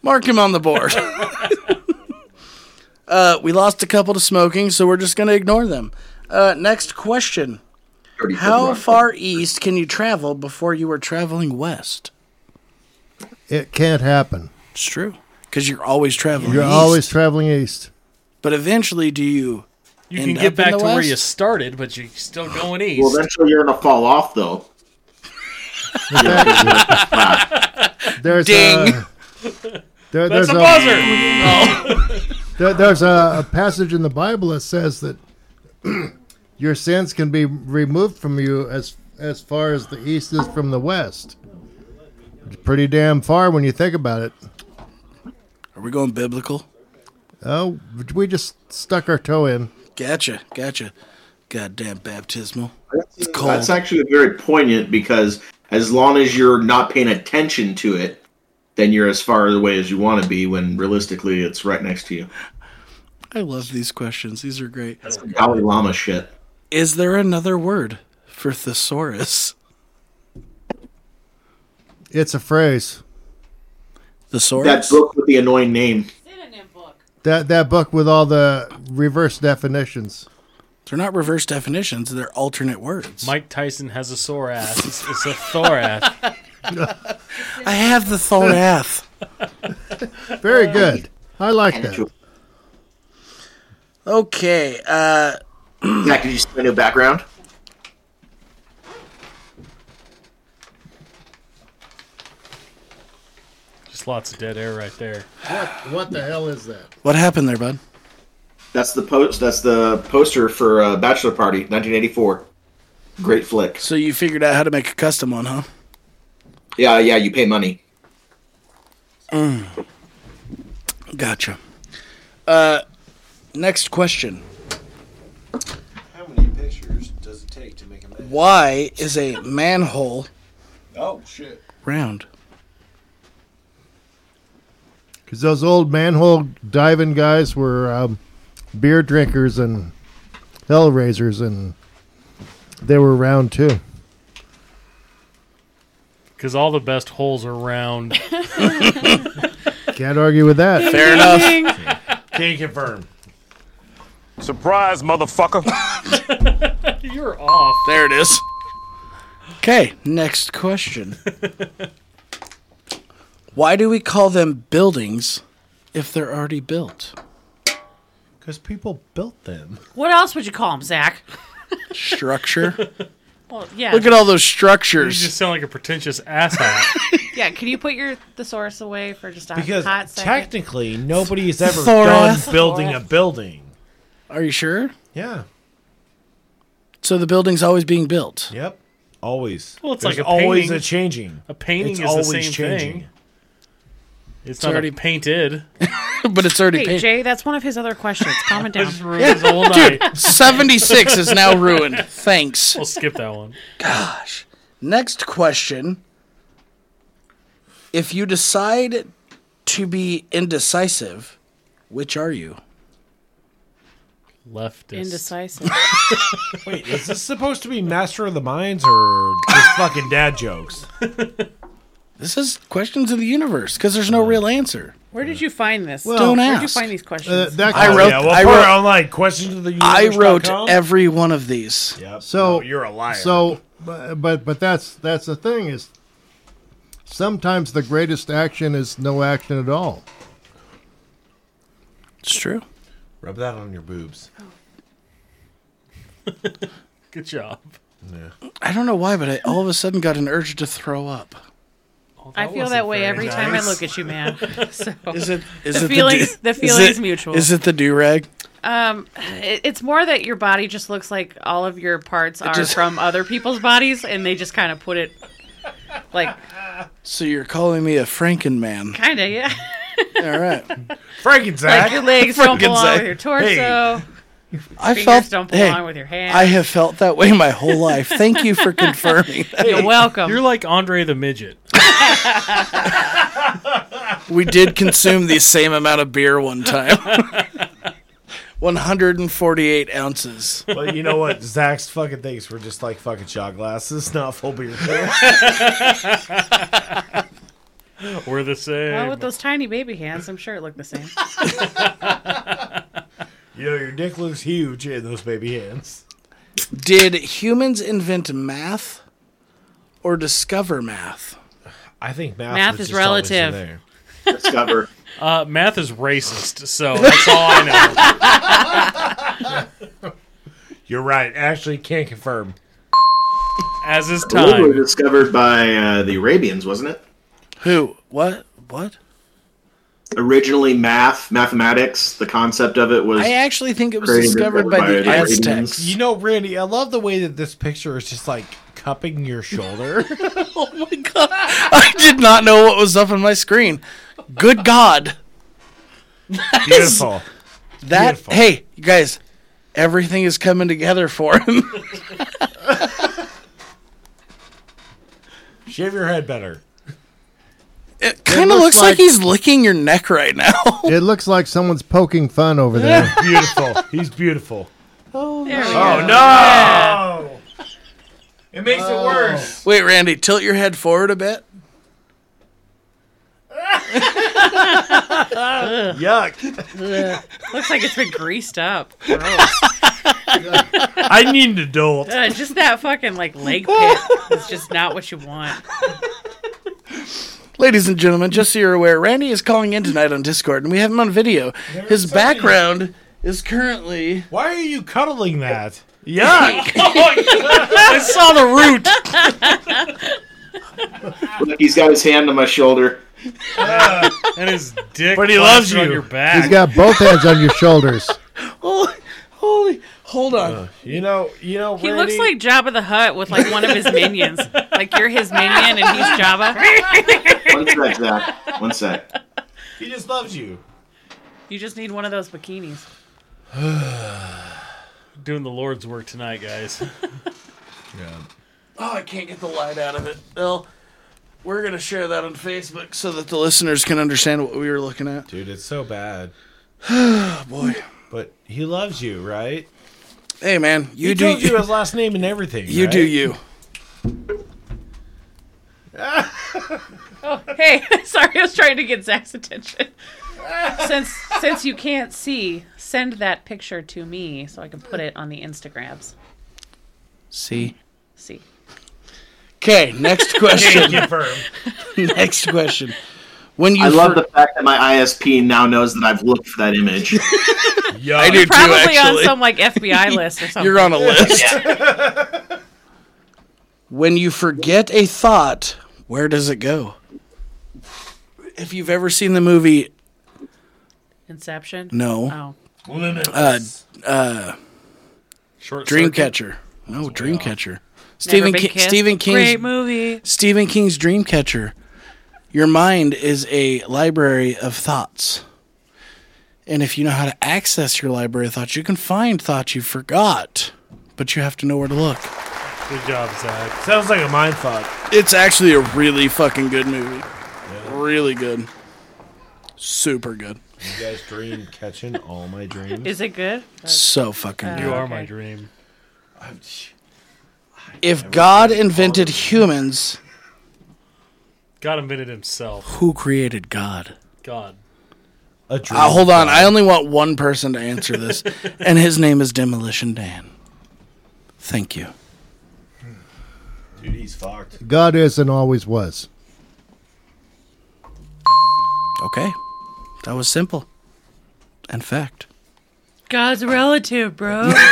Mark him on the board. uh, we lost a couple to smoking, so we're just going to ignore them. Uh, next question Already put you How on. far east can you travel before you are traveling west? It can't happen. It's true. Because you're always traveling You're east. always traveling east. But eventually, do you? end you can up in get back the to where West? you started, but you're still going east. Well, eventually you're gonna fall off though. In fact, there's Ding. A, there- there's That's a a- buzzer. There, there's a, a passage in the Bible that says that your sins can be removed from you as as far as the east is from the west. It's pretty damn far when you think about it. Are we going biblical? Oh, we just stuck our toe in. Gotcha, gotcha. Goddamn baptismal. It's cold. That's actually very poignant because as long as you're not paying attention to it, then you're as far away as you want to be. When realistically, it's right next to you. I love these questions. These are great. That's some Dalai Lama shit. Is there another word for thesaurus? It's a phrase. That Thesaurus. book with the annoying name. Synonym book. That that book with all the reverse definitions. They're not reverse definitions. They're alternate words. Mike Tyson has a sore ass. It's, it's a thorath. I have the thorath. Very good. I like Zach, that. did okay. Uh, you see my new background? Just lots of dead air right there. What the hell is that? what happened there, bud? That's the post. That's the poster for uh, Bachelor Party, 1984. Great flick. So you figured out how to make a custom one, huh? Yeah, yeah. You pay money. Gotcha. Uh, next question. How many pictures does it take to make a man? Why is a manhole Oh shit! round? Because those old manhole diving guys were um, beer drinkers and hell raisers, and they were round too. Because all the best holes are round. Can't argue with that. Fair enough. Ding. Can confirm? Surprise, motherfucker. You're off. There it is. Okay, next question. Why do we call them buildings if they're already built? Because people built them. What else would you call him, Zach? Structure. Well, yeah. Look at all those You structures. just sound like a pretentious asshat. yeah, can you put your thesaurus away for just a Because hot second? technically, nobody's ever Thorath. done building a building. Are you sure? Yeah. So the building's always being built. Yep. Always. Well, it's There's like a always painting. a changing. A painting It's is the always same changing. thing. It's not already- already painted. but it's already Hey, paid. Jay, that's one of his other questions. Calm it down. Just ruined his whole night. 76 is now ruined. Thanks. We'll skip that one. Next question. If you decide to be indecisive, which are you? Leftist. Indecisive. Wait, is this supposed to be Master of the Minds or just fucking dad jokes? This is questions of the universe because there's no real answer. Where did you find this? Don't Where did you ask. find these questions? Uh, that I wrote. Oh, yeah, well, I put it wrote. online. Questions of the I wrote universe.com? every one of these. Yep. So No, you're a liar. So, bu- but but that's that's the thing is, sometimes the greatest action is no action at all. It's true. rub that on your boobs. Good job. I don't know why, but I all of a sudden got an urge to throw up. I feel that way every time I look at you, man. So Is it? Is The it feelings- the is feelings it- mutual. Is it the do rag? um, it- it's more that your body just looks like all of your parts are just- from other people's bodies, and they just kind of put it like So you're calling me a Frankenman? kind of yeah. All right. Frank Like your legs don't belong Frankenstein. with your torso. Hey. I Fingers felt. don't hey, belong with your hands. I have felt that way my whole life. Thank you for confirming. that. You're welcome. You're like Andre the Midget. We did consume the same amount of beer one time. 148 ounces. But you know what? Zach's fucking things were just like fucking shot glasses, not full beer. We're the well, same. with those tiny baby hands, I'm sure it looked the same. you know, your dick looks huge in those baby hands. Did humans invent math or discover math? I think math, Math was is just always relative. There. Discover. Uh, math is racist, so that's all I know. You're right. Actually, can't confirm. As is Gold were time. discovered by uh, the Arabians, wasn't it? Who? What? What? Originally, math, mathematics, the concept of it was I actually think it was created discovered by the Aztecs. Arabians. You know, Randy, I love the way that this picture is just like cupping your shoulder. Oh my god. I did not know what was up on my screen. Good god. Beautiful. That Beautiful. hey, you guys, everything is coming together for him. Shave your head better. It kind of looks looks, like like- he's licking your neck right now. It looks like someone's poking fun over there. Beautiful. He's beautiful. There we Oh go. no! It makes it worse. Wait, Randy, tilt your head forward a bit. Yuck! Looks like it's been greased up. Gross. I need an adult. Uh, just that fucking like leg pit is just not what you want. Ladies and gentlemen, just so you're aware, Randy is calling in tonight on Discord, and we have him on video. His background is currently Why are you cuddling that? Yuck! I saw the root. Look, he's got his hand on my shoulder. And his dick. But he plastered loves on you. your back. He's got both hands on your shoulders. holy, holy. Hold on, you know, you know. He Randy, looks like Jabba the Hutt with like one of his minions. Like you're his minion and he's Jabba. One sec, Zach. One sec. he just loves you. You just need one of those bikinis. Doing the Lord's work tonight, guys. Oh, I can't get the light out of it. Bill, we're going to share that on Facebook so that the listeners can understand what we were looking at. Dude, it's so bad. Oh, boy. But he loves you, right? Hey, man, you He do told you you. his last name and everything. You right? do you. Oh, hey, sorry, I was trying to get Zach's attention. Since since you can't see, send that picture to me so I can put it on the Instagrams. See? See. Okay, next question. Confirm. next question. When you I love fir- the fact that my ISP now knows that I've looked for that image. Yuck. I do too, Probably on actually. some like FBI list or something. You're on a list. when you forget a thought, where does it go? If you've ever seen the movie, Inception? no, Oh. Uh, Short circuit. Dreamcatcher. No, Dreamcatcher. Stephen Never Been Ki- Kissed? Stephen King's Great movie. Stephen King's Dreamcatcher. Your mind is a library of thoughts. And if you know how to access your library of thoughts, you can find thoughts you forgot, but you have to know where to look. Good job, Zach. Sounds like a mind fuck. It's actually a really fucking good movie. Really good. Super good. You guys dream catching all my dreams. Is it good? So fucking You good. are Okay. my dream. Uh, If God invented humans, God invented himself. Who created God? God. A dream. Uh, hold on. I only want one person to answer this, and his name is Demolition Dan. Thank you. Dude, he's fucked. God is and always was. Okay. That was simple. In fact. God's relative, bro. God's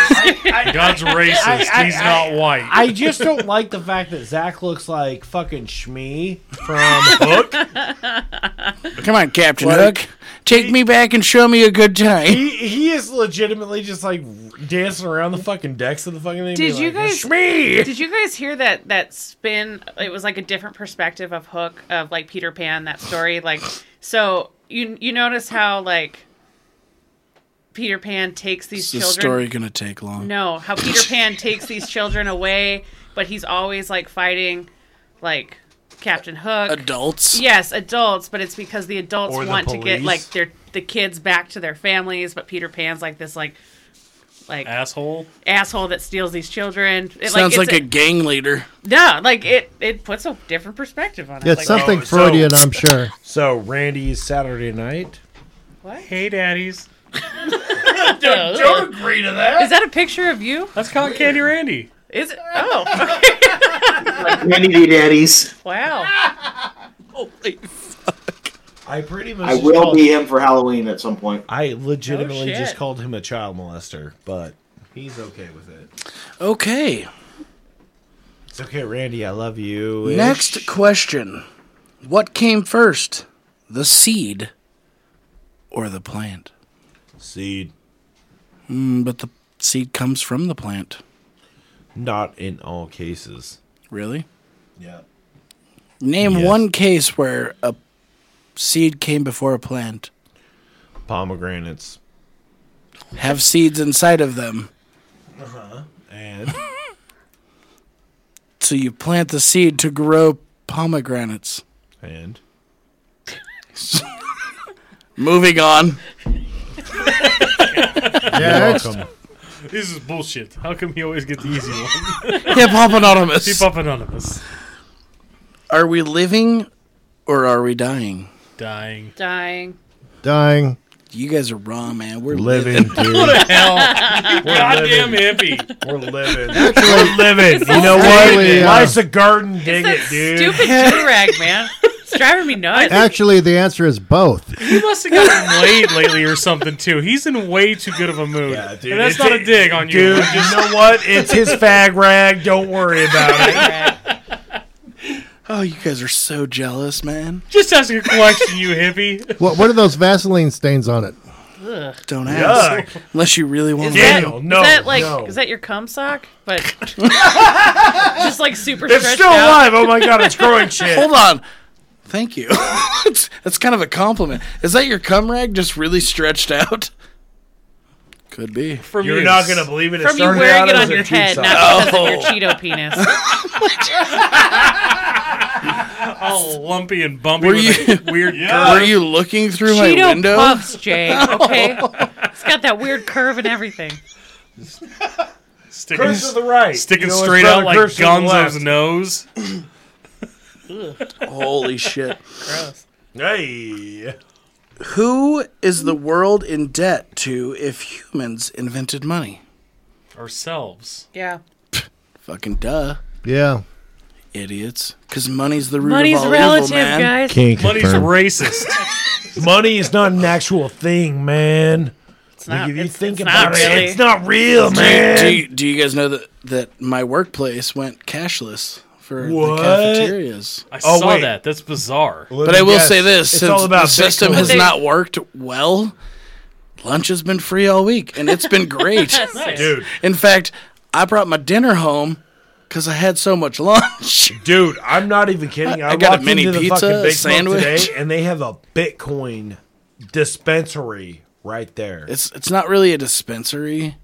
racist. He's not white. I just don't like the fact that Zach looks like fucking Shmi from Hook. Come on, Captain Hook. Take me back and show me a good time. He he is legitimately just like dancing around the fucking decks of the fucking thing. Did being you like, guys- Shmi? Did you guys hear that that spin? It was like a different perspective of Hook of like Peter Pan that story. Like so you you notice how like Peter Pan takes these Is this children. story going to take long? No, how Peter Pan takes these children away, but he's always like fighting like Captain Hook. Adults? Yes, adults, but it's because the adults Or the want to get police. like their the kids back to their families, but Peter Pan's like this like like Asshole. asshole that steals these children. It, Sounds it's like, a, gang leader. no, like it it puts a different perspective on it. It's like, something oh, so- Freudian, I'm sure. So Randy's Saturday night. Hey, daddies. don't, agree to that. Is that a picture of you? That's Cotton Candy Randy. Is it? Oh, Many of you daddies. wow. I pretty much I just will called- be him for Halloween at some point. I legitimately Oh, shit. just called him a child molester, but he's okay with it. Okay. It's okay, Randy. I love you. Next question. What came first? The seed or the plant? seed, Mm, but the seed comes from the plant. not in all cases. Really? Yeah. Name Yes. one case where a seed came before a plant. Pomegranates Have seeds inside of them. Uh-huh. and So you plant the seed to grow pomegranates. and Moving on. Next. welcome. This is bullshit. How come he always gets the easy one? Hip Hop Keep Anonymous. up anonymous. Are we living or are we dying? Dying. Dying. Dying. You guys are wrong, man. We're living. Living, dude. Hell. You goddamn hippie. We're living. We're living. You know Actually, what? uh, Life's a garden. Dig That it, dude. stupid do rag, man. It's driving me nuts. Actually, the answer is both. He must have gotten laid lately or something, too. He's in way too good of a mood. Yeah, dude, and that's it's- not a dig on you. Dude, I'm you just- know what? It's his fag rag. Don't worry about it. Oh, you guys are so jealous, man. just asking a question, you hippie. What, what are those Vaseline stains on it? Don't ask. Yuck. Unless you really want Yeah. to. Daniel, no, Is that like no. is that your cum sock? But just like super It's stretched still out. alive. Oh my god, it's growing shit. Hold on. Thank you. It's- That's kind of a compliment. Is that your cum rag just really stretched out? Could be. For me, You're it's- not gonna believe it. it From you started wearing out it as on a your tube head, sock. not because of your Cheeto penis. all lumpy and bumpy Were with you- a weird Were curve. you looking through my Cheeto window? puffs, Jay. Okay, it's got that weird curve and everything. Sticking, Curse to the right. sticking You know, it's straight better out like curse to the Gonzo's left. nose. Holy shit. Hey. Who is the world in debt to if humans invented money? Ourselves. Yeah, Fucking duh, Yeah. idiots. Because money's the root money's of all relative, evil, man. guys. Money's racist. Money is not an actual thing, man. It's not. if you it's, think it's about not it, really. it's not real, man. Do you, do you guys know that, that my workplace went cashless for What? the cafeterias? I Oh, saw wait. that. That's bizarre. Let But me I will guess. say this: it's since all about the system Bitcoin. has They- not worked well, lunch has been free all week, and it's been great. Nice. dude. In fact, I brought my dinner home because I had so much lunch. Dude, I'm not even kidding. I, I got a walked mini into the pizza, fucking Big a Smoke sandwich. today, and they have a Bitcoin dispensary right there. It's it's not really a dispensary.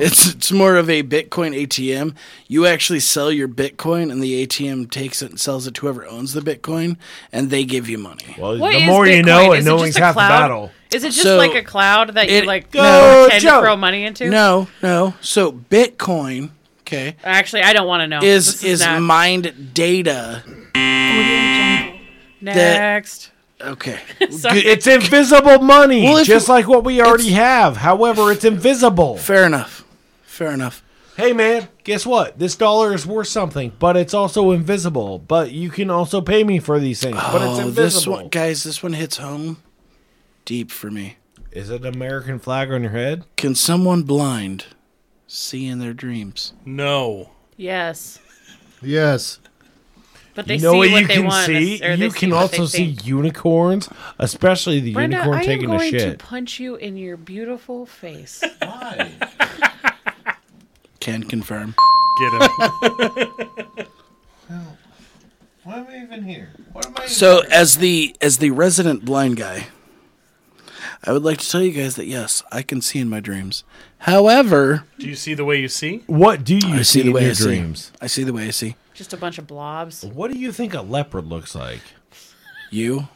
It's it's more of a Bitcoin ATM. You actually sell your Bitcoin, and the ATM takes it and sells it to whoever owns the Bitcoin, and they give you money. well, What the is more you Bitcoin? know, Is and it just knowing's a half the cloud? battle. Is it just So, like a cloud that it- you like Go, pretend to Joe. throw money into? No, no. So Bitcoin, okay, Oh, actually, I don't want to know. is This is not- mined data Next. Okay. Sorry. Good- It's invisible money, Well, if just you- like what we already it's- have. However, it's invisible. Fair enough. Fair enough. Hey, man, guess what? This dollar is worth something, but it's also invisible. But you can also pay me for these things, but it's oh, this invisible. one, guys, this one hits home deep for me. Is it an American flag on your head? Can someone blind see in their dreams? No. Yes. Yes. But they you know see what, what, you they can want. see? or they You can what they also see think. unicorns, especially the Brenda, unicorn I am taking a going to shit. punch you in your beautiful face. Can confirm. Get him. Why am I even here? What am I? So, as the as the resident blind guy, I would like to tell you guys that yes, I can see in my dreams. However, Do you see the way you see? what do you I see see, the in way your I see. dreams? I see the way I see Just a bunch of blobs. What do you think a leopard looks like? you.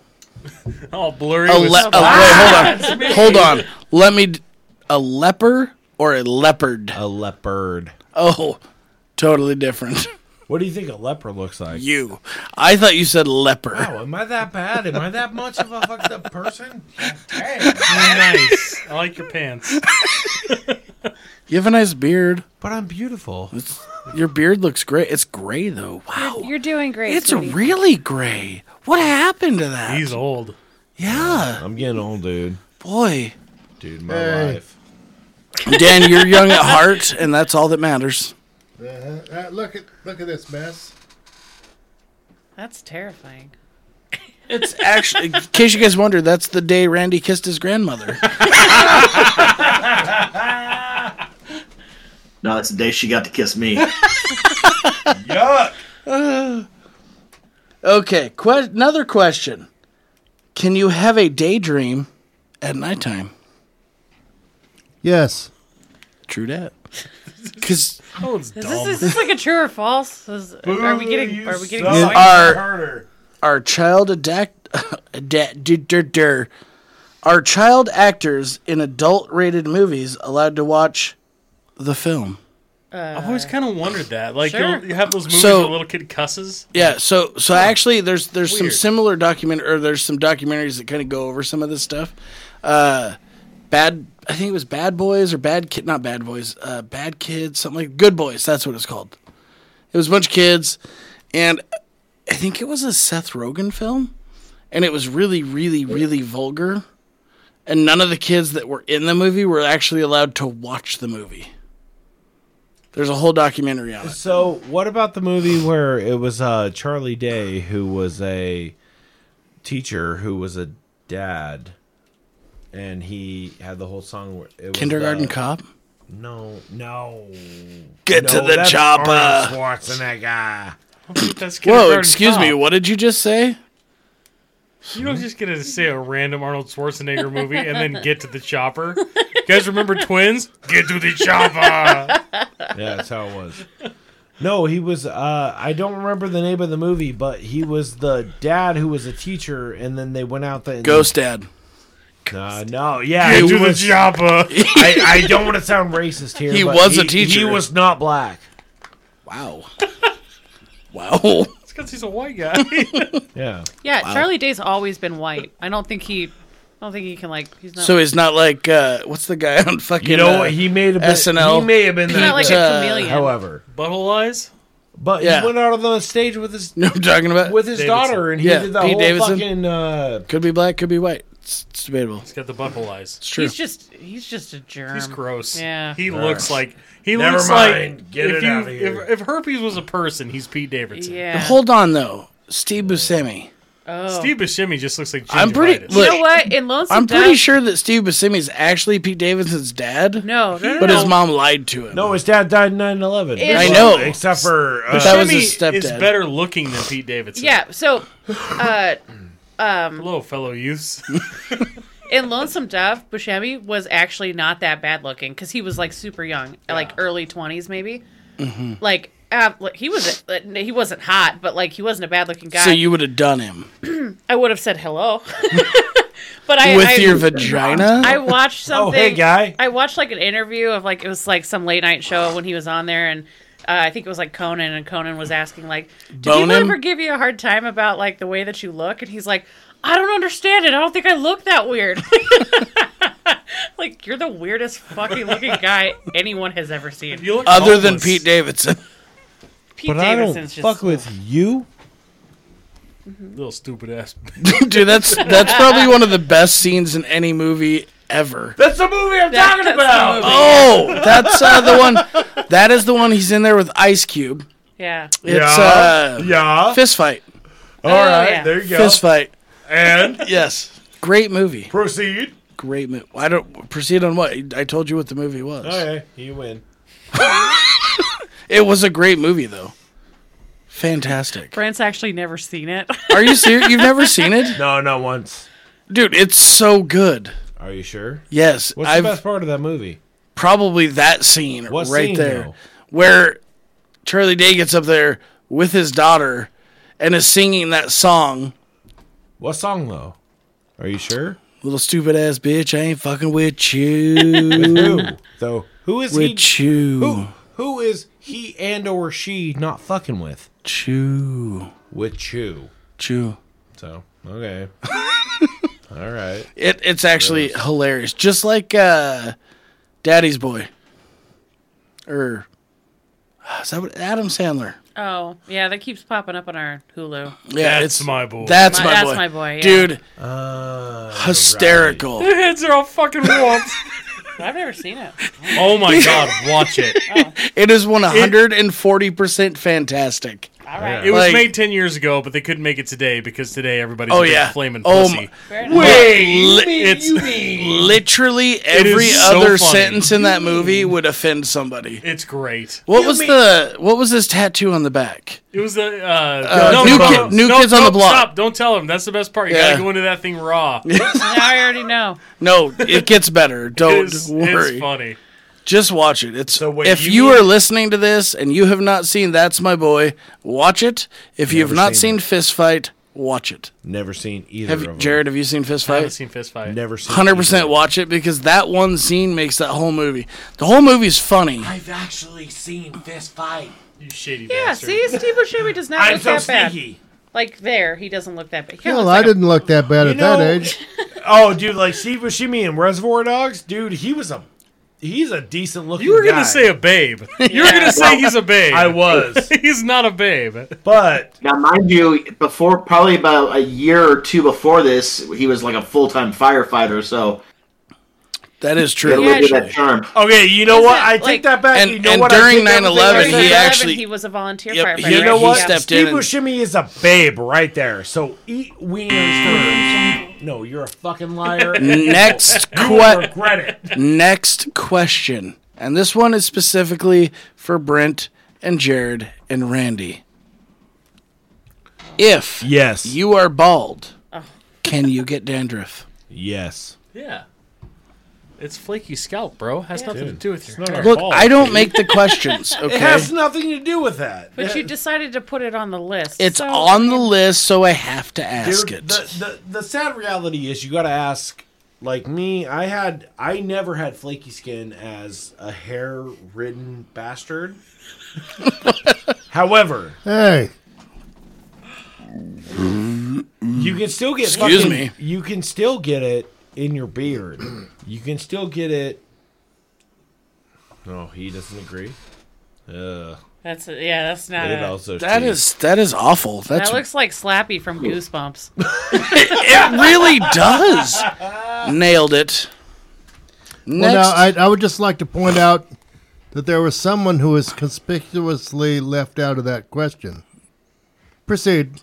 All blurry. A with Oh, le- a- wait, hold on, hold on. Let me. d- A leper or a leopard? A leopard. Oh, totally different. What do you think a leopard looks like? You. I thought you said leper. Oh, am I that bad? Am I that much of a fucked up person? Dang. nice. I like your pants. You have a nice beard. But I'm beautiful. Your beard looks great. It's gray though. Wow. You're doing great. it's sweetie. really gray. What happened to that? He's old. yeah, I'm getting old, dude. boy. Dude, my Hey. life. Dan, you're young at heart, and that's all that matters. Uh, uh, look at look at this mess. That's terrifying. It's actually, in case you guys wonder, that's the day Randy kissed his grandmother. No, that's the day she got to kiss me. Yuck. Okay, que- another question. Can you have a daydream at nighttime? Yes. True that. Because Oh, it's Is dumb. this, is this like a true or false? Is- are we getting? Are we getting? suck. psyched? Our- Harder. our child adapt, adapt, du- dur- dur. are child actors in adult-rated movies allowed to watch the film? I've always kind of wondered that. Like Sure. you'll, you have those movies So- where the little kid cusses. Yeah, so so actually, there's there's some Weird. similar document or there's some documentaries that kind of go over some of this stuff. Uh, bad, I think it was Bad Boys or Bad Kid, not Bad Boys, uh, Bad Kids, something like Good Boys. That's what it's called. It was a bunch of kids, and I think it was a Seth Rogen film, and it was really, really, really vulgar, and none of the kids that were in the movie were actually allowed to watch the movie. There's a whole documentary on it. So, what about the movie where it was uh, Charlie Day who was a teacher who was a dad, and he had the whole song? where It was Kindergarten the- Cop. No, no. Get No, to the that's chopper. Arnold Schwarzenegger. That's Whoa, kindergarten excuse cop. me. What did you just say? You don't just get to say a random Arnold Schwarzenegger movie and then get to the chopper. You guys remember Twins? Get to the chopper. Yeah, that's how it was. No, he was. Uh, I don't remember the name of the movie, but he was the dad who was a teacher, and then they went out the Ghost Dad. Uh, no, yeah, Get he to the was- chopper. I, I don't want to sound racist here. He but was a teacher. He was not black. Wow. wow. It's because he's a white guy. Yeah. Yeah, Charlie Day's always been white. I don't think he. I don't think he can like. He's not. So he's not like uh, what's the guy on fucking? You know, uh, what? he may have been. SNL. He may have been he's not that. like a good, uh, chameleon. however, Butthole eyes. but Yeah. he went out on the stage with his you know what I'm talking about. with his Davidson. daughter, and he Yeah, did that Pete whole Davidson. fucking. Uh, could be black, could be white. It's, it's debatable. He's got the butthole eyes. It's true. he's just. He's just a germ. He's gross. Um, Yeah. He looks like he Never looks mind. like Get if it you outta here. If, if herpes was a person, he's Pete Davidson. Yeah. Hold on though, Steve Buscemi. oh. Steve Buscemi just looks like gingivitis. I'm pretty- You look- know what? In Lonesome I'm pretty Dove- sure that Steve Buscemi is actually Pete Davidson's dad, No, no, no. but no. his mom lied to him. no, his dad died in 9-11. Yeah. I know. Except for uh, that was Buscemi his stepdad. is better looking than Pete Davidson. Yeah. So, uh, Hello, fellow youths. in Lonesome Dove, Buscemi was actually not that bad looking because he was like super young, like early twenties maybe. Mm-hmm. Like, uh, like, he was uh, he wasn't hot, but like he wasn't a bad looking guy. so you would have done him I would have said hello, but I with I, your vagina. I watched something. Oh, hey, guy. I watched like an interview of like it was like some late night show when he was on there, and uh, I think it was like Conan, and Conan was asking like, "Do people Bonin? ever give you a hard time about like the way that you look?" And he's like, "I don't understand it. I don't think I look that weird." like you're the weirdest fucking looking guy anyone has ever seen. You look Other than homeless. Pete Davidson. Pete But I don't Davidson's just fuck with you. little stupid ass. Dude, that's that's probably one of the best scenes in any movie ever. That's the movie I'm That- talking that's the about. movie. Oh, that's uh, the one. That is the one he's in there with Ice Cube. yeah. Oh, It's uh, yeah. fist fight. All right, yeah. there you go. Fist fight. and Yes, great movie. proceed. Great movie. I don't proceed on what I told you what the movie was. Okay, you win. It was a great movie though. Fantastic. Brent's actually never seen it. Are you serious? You've never seen it, No, not once. dude? It's so good. Are you sure? Yes, What's I've the best part of that movie? probably that scene What right scene, there though? where Charlie Day gets up there with his daughter and is singing that song. What song though? Are you sure? Little stupid ass bitch, I ain't fucking with you. Who though? Who is he? with you. Who, who is he and or she not fucking with? Chew. With Chew. Chew. So okay. All right. It, it's actually hilarious. Just like uh, Daddy's Boy. Or is that what Adam Sandler? oh yeah, that keeps popping up on our Hulu. Yeah, That's my boy. That's My- my, that's boy. my boy, yeah. Dude, Uh, hysterical. Their heads are all fucking warped. I've never seen it. oh my god, watch it. It is 140% fantastic. All right. It was Like- made ten years ago, but they couldn't make it today because today everybody's Oh, a big yeah. flaming Oh, pussy. my- Fair enough. Wait, it's Literally every is so other funny. sentence in that movie would offend somebody. it's great. What was the what was his tattoo on the back? It was the uh, New Kid- New Kids on the don't- Block. Stop! Don't tell him. That's the best part. You Yeah. gotta go into that thing raw. Now I already know. No, it gets better. Don't It's, it's worry. funny. Just watch it. It's So wait, if you you, mean- are listening to this and you have not seen That's My Boy, watch it. If you have not seen seen, Fist Fight, watch it. Never seen either Have of you, them. Jared? Have you seen Fist I haven't Fight? seen fist fight. Never seen. Hundred either percent of them. watch it because that one scene makes that whole movie. The whole movie's funny. I've actually seen fist fight. You shady Yeah, bastard. see, Steve Buscemi does not I'm look so that bad. sneaky. Like there, he doesn't look that bad. He Hell, looks I like a- didn't look that bad at that know- age. Oh, dude, like Steve Buscemi in Reservoir Dogs, dude. He was a, he's a decent looking. You were gonna guy. say a babe. You were gonna say he's a babe. I was, he's not a babe. but Now, mind you, before probably about a year or two before this, he was like a full time firefighter. So That is he had true. a little bit of actually. that charm. okay. You know Is what? it, I take like- that back. And- you know and what? I during take that back. 9/11, During he 9/11, actually- he was a volunteer Yep, firefighter. he- You know right? what? Yeah. stepped Steve in and- Buscemi is a babe right there. So eat Mm. wieners first. No, you're a fucking liar. Next I que- regret it. next question. And this one is specifically for Brent and Jared and Randy. If Yes. you are bald, can you get dandruff? yes. Yeah. It's flaky scalp, bro. Has nothing to do with your not hair. our Look, I don't make the questions, It okay? has nothing to do with that. But you decided to put it on the list. It's so- on the list, so I have to ask Dude, it. The, the the sad reality is you got to ask. Like me, I had I never had flaky skin as a hair ridden bastard. However, Hey, you can still get Excuse fucking- me. You can still get it in your beard. You can still get it. No, Oh, he doesn't agree. Uh, That's yeah. That's not. it a- also that cheap. is that is awful. That's that looks like Slappy from Goosebumps. it really does. Nailed it. Next, well, now I, I would just like to point out that there was someone who was conspicuously left out of that question. Proceed.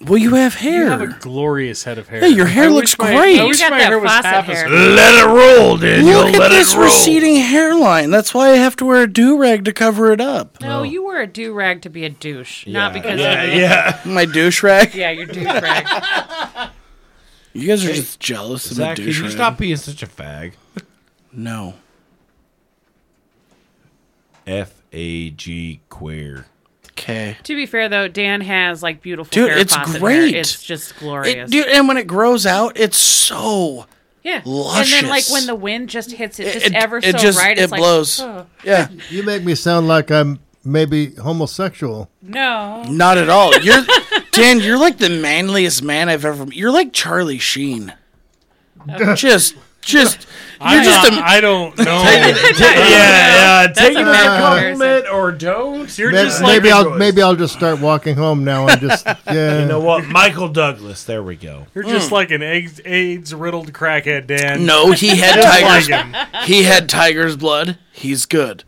will you have hair? You have a glorious head of hair. Hey, your hair I looks wish my- great. I You wish got my that hair was faucet half as hair. good. let it roll, Daniel. Look at this receding hairline. That's why I have to wear a do rag to cover it up. No, you were a do rag to be a douche, not because yeah, of yeah. My douche rag. yeah, you're douche rag. You guys are just jealous of my Zach, can douche you rag. stop being such a fag? No. F A G queer. Okay. to be fair though, Dan has like beautiful Dude, hair it's faucet hair. great. It's just It, glorious. dude, and when it grows out, it's so Yeah. Luscious. And then like when the wind just hits it, It- just it- ever it so just- right, it it's like blows. "Ugh, Yeah. You make me sound like I'm maybe homosexual. no. Not at all. You're Dan. You're like the manliest man I've ever. You're like Charlie Sheen. Just, just. You're I'm just. not- a- I don't know. yeah, yeah. Take a bad it as a compliment comparison. or don't. You're May- just like maybe I'll yours. maybe I'll just start walking home now and just yeah. You know what? Michael Douglas. There we go. you're just like an AIDS, AIDS riddled crackhead, Dan. no, he had Just like tigers. him. He had tiger's blood. He's good.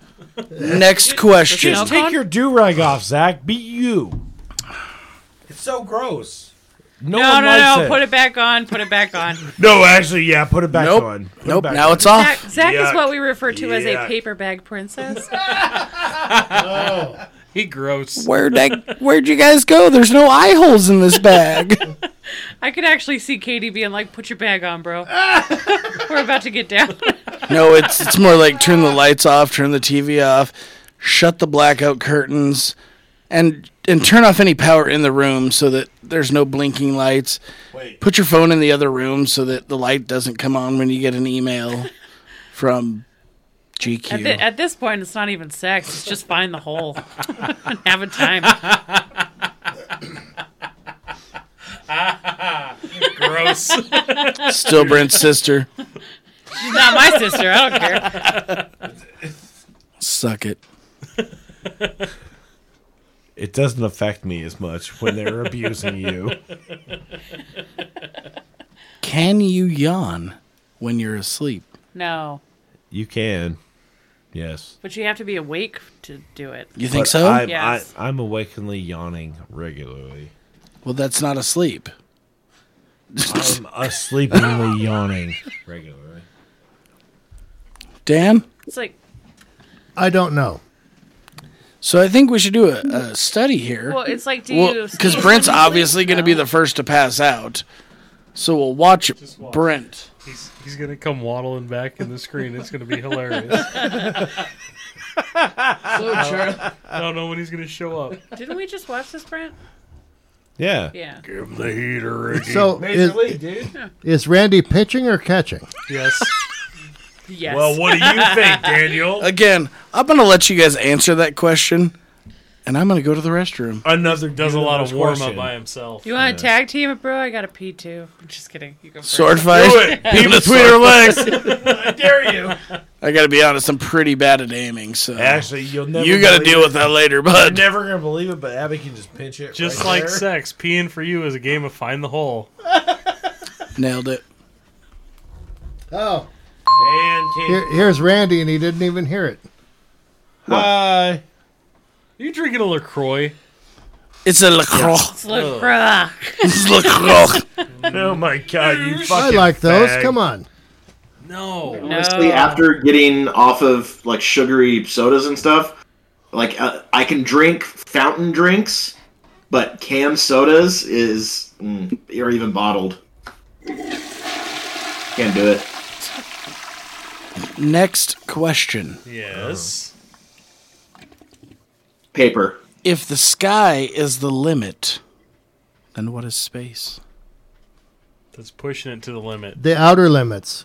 Next question. No Just take con- your do rag off, Zach. Be you. It's so gross. No, No, one no, likes no. it. Put it back on. Put it back on. No, actually, yeah. Put it back Nope. on. Put it Nope. back Now on. it's off. Zach, Zach is Yuck. what we refer to as a Yuck. paper bag princess. He gross. Where'd I, Where'd you guys go? There's no eye holes in this bag. I could actually see Katie being like, "Put your bag on, bro. We're about to get down." no, it's it's more like turn the lights off, turn the TV off, shut the blackout curtains, and and turn off any power in the room so that there's no blinking lights. Wait. Put your phone in the other room so that the light doesn't come on when you get an email from GQ. At, thi- at this point, it's not even sex. It's just find the hole and have a time. Gross. Still Brent's sister. She's not my sister. I don't care. Suck it. It doesn't affect me as much when they're abusing you. Can you yawn when you're asleep? No, You can. Yes. but you have to be awake to do it. You think But so? I'm, Yes. I, I'm awakeningly yawning regularly. well, that's not asleep. I'm asleepingly yawning regularly. Dan? It's like, I don't know. So I think we should do a, a study here. well, it's like, do you? because Brent's obviously going to be the first to pass out. So we'll watch watch. Brent. He's, he's gonna come waddling back in the screen. It's gonna be hilarious. So, Charlie. I don't know when he's gonna show up. Didn't we just watch this, Brent? Yeah. Yeah. Give the heater, Ricky. So is, dude. is Randy pitching or catching? yes, Yes. Well, what do you think, Daniel? Again, I'm going to let you guys answer that question, and I'm going to go to the restroom. Another does a lot of universe warm up question. by himself. you want to tag team it, bro? I got a P too. I'm just kidding. You go first. Sword Do fight. it. Pee between her legs. I dare you. I got to be honest, I'm pretty bad at aiming, so Actually, you'll never. you got to believe deal it. with that later, You're bud. never gonna believe it, but Abby can just pinch it. Just right like there. sex, peeing for you is a game of find the hole. Nailed it. Oh, And can- here, here's Randy, and he didn't even hear it. Hi. Are you drinking a Lacroix? It's a lacroix. Look, bruh. It's lacroix. Oh my god, you I fucking. like those. fag. Come on. No. No. Honestly, after getting off of like sugary sodas and stuff, like uh, I can drink fountain drinks, but canned sodas is mm, or even bottled. Can't do it. Next question. Yes. Paper. If the sky is the limit, then what is space? That's pushing it to the limit. The Outer Limits,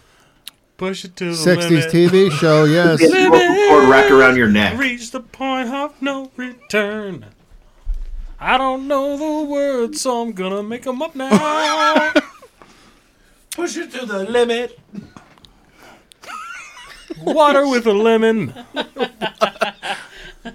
Push it to the 60s limit. TV show. Yes. Get a rope cord wrapped around your neck. Reach the point of no return. I don't know the words, so I'm gonna make them up now. Push it to the limit. Water with a lemon.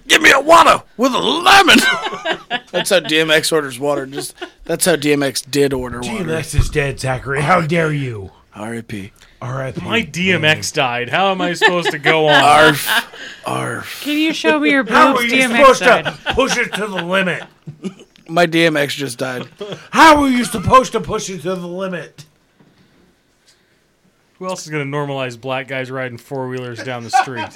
Give me a water with a lemon. that's how DMX orders water. Just that's how DMX did order water. DMX is dead, Zachary. How dare you? R.I.P. All right. My DMX died. How am I supposed to go on? Arf. Arf. Can you show me your How are boobs, you DMX? supposed Side? to push it to the limit? My DMX just died. How are you supposed to push it to the limit? Who else is gonna normalize black guys riding four wheelers down the street?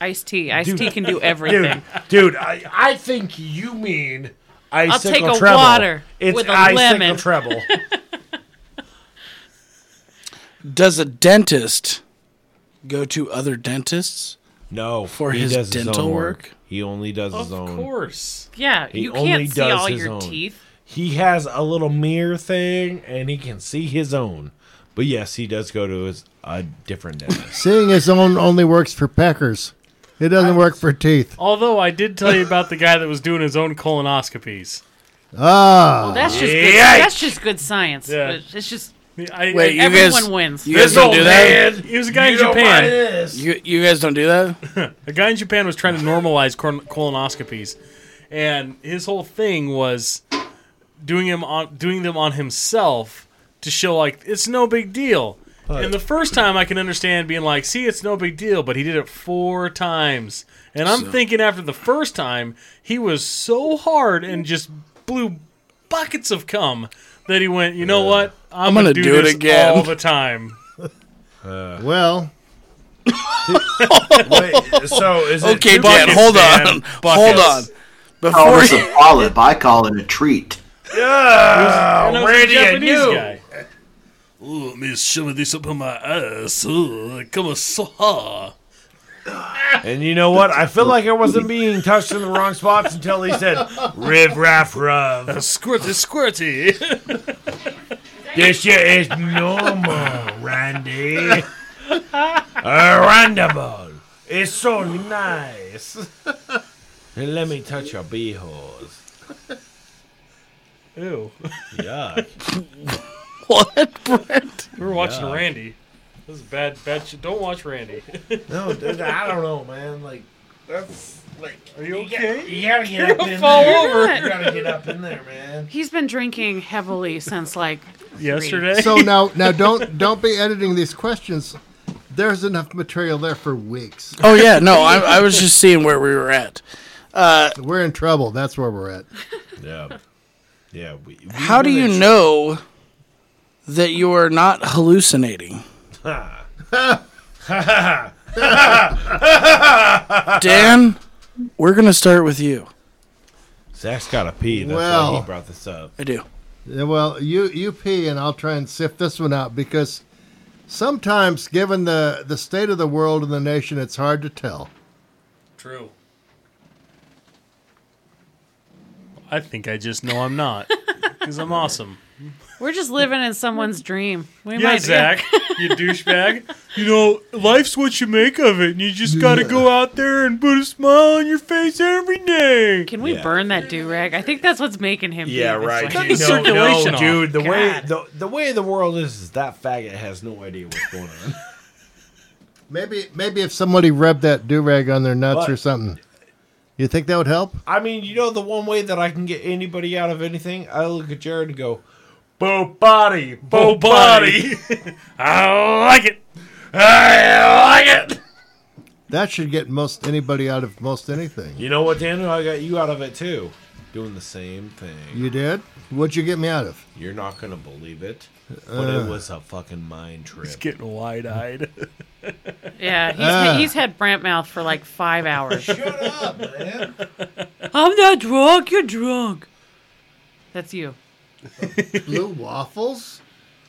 Iced tea. Iced tea can do Dude, everything. dude, I, I think you mean icicle take a treble. water it's with a icicle lemon. treble. Does a dentist go to other dentists? No, For he his does his dental own work? He only does Of his own. course. Yeah, He you only can't see does all his your own. teeth. He has a little mirror thing, and he can see his own. But yes, he does go to his, a different dentist. Seeing his own only works for peckers. It doesn't work for teeth. Although I did tell you about the guy that was doing his own colonoscopies. Ah, That's just good, Yikes. that's just good science. Yeah. But It's just I, Wait, I, you everyone guys, wins. You guys don't do that. he was a guy in Japan. You you guys don't do that. A guy in Japan was trying to normalize cor- colonoscopies, and his whole thing was doing him on doing them on himself to show like it's no big deal. and the first time I can understand being like, "See, it's no big deal," but he did it four times, and I'm thinking after the first time he was so hard and just blew buckets of cum that he went, "You know what? I'm, gonna do it this again." all the time." well, Wait, so is it Okay, Dan, two buckets? hold Dan, on, hold buckets. on. Oh, Before it's you, a polyp. I call it a treat. Yeah, And I was a Randy, I Japanese knew. guy. Oh, let me shove this up in my ass. Oh, come on, so hard. And you know what? I feel like I wasn't being touched in the wrong spots until he said, Riv Raff Ruv, Squirty, squirty. this shit is normal, Randy. Uh, Arandable. It's so nice. And let me touch your beeholes. Ew. Yuck. what, Brent? We were watching Randy. This is bad, bad shit. Don't watch Randy. No, dude, I don't know, man. Like, that's like, Are you okay? you gotta get up in Fall there. over. You gotta get up in there, man. He's been drinking heavily since like Yesterday. so now now don't don't be editing these questions. There's enough material there for weeks. Oh yeah, no, I, I was just seeing where we were at. We're in trouble. That's where we're at. Yeah. Yeah. We, we How do you really- know that you are not hallucinating? Dan, we're gonna start with you. Zach's gotta pee. That's why Well. he brought this up. I do. Yeah, Well, you you pee, and I'll try and sift this one out because sometimes, given the the state of the world and the nation, it's hard to tell. True. I think I just know I'm not. Because I'm awesome. we're just living in someone's dream. We Yeah, might Zach, you douchebag. You know, life's what you make of it, and you just got to go out there and put a smile on your face every day. Can we Yeah. burn that do rag? I think that's what's making him. Yeah, do it right. This way. Cut the circulation off. dude. The way God. the, the way the world is, is that faggot has no idea what's going on. Maybe maybe if somebody rubbed that do rag on their nuts But- or something, you think that would help? I mean, you know, the one way that I can get anybody out of anything, I look at Jared and go, "Bo body, bo Oh, body, buddy. I like it. I like it." That should get most anybody out of most anything. You know what, Daniel? I got you out of it too, doing the same thing. You did? What'd you get me out of? You're not gonna believe it, but it was a fucking mind trip. Getting wide eyed. Yeah, he's, Ah. he's had Brant mouth for like five hours. Shut up, man. I'm not drunk. You're drunk. That's you. Blue waffles?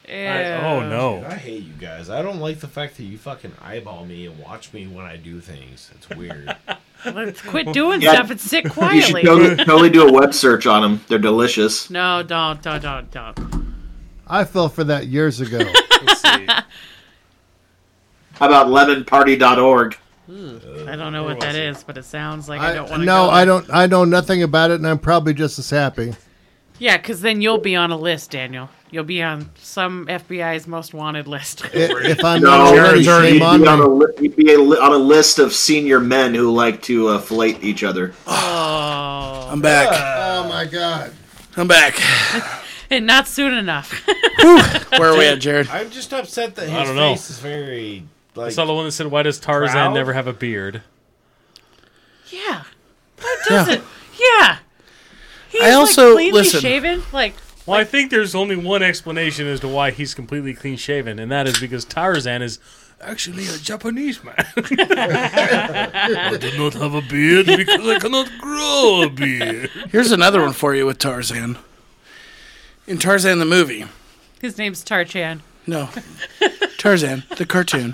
Oh, Ew. no. I hate you guys. I don't like the fact that you fucking eyeball me and watch me when I do things. It's weird. Let's quit doing Yeah. stuff and sit You should quietly. totally, totally do a web search on them. They're delicious. No, don't, don't, don't, don't. I fell for that years ago. Let's see. How about lemonparty.org? I don't know what that is, but it sounds like I, I, don't want to. no, go I don't I know nothing about it and I'm probably just as happy. Yeah, because then you'll be on a list, Daniel. You'll be on some FBI's most wanted list. I- if I'm No, not already, you'd be, shame on on me. a li- you'd be a li- on a list of senior men who like to uh, fillet each other. oh, I'm back. Oh my god. I'm back. and not soon enough. Where are we at, Jared? I'm just upset that his don't know. face is very I like. saw the one that said, Why does Tarzan Proud? never have a beard? yeah, that does it. Yeah, he's I also- like cleanly listen. shaven. Like Well, I think there's only one explanation as to why he's completely clean shaven, and that is because Tarzan is actually a Japanese man. I do not have a beard because I cannot grow a beard. Here's another one for you with Tarzan. In Tarzan the movie. his name's Tarchan. No. Tarzan, the cartoon.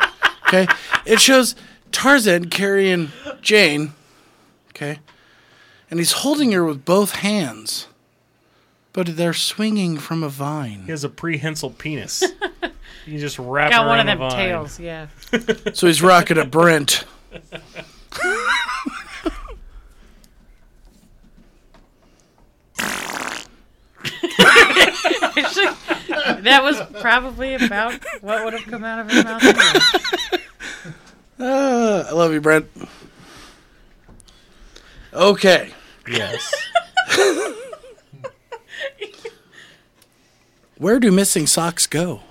Okay? It shows Tarzan carrying Jane. Okay? And he's holding her with both hands. But they're swinging from a He vine. has a prehensile penis. You just wrap Got her one of on a them vine. tails, yeah. So he's rocking a Brent. that was probably about what would have come out of his mouth. anyway. Oh. Uh, I love you, Brent. Okay. Yes. Where do missing socks go?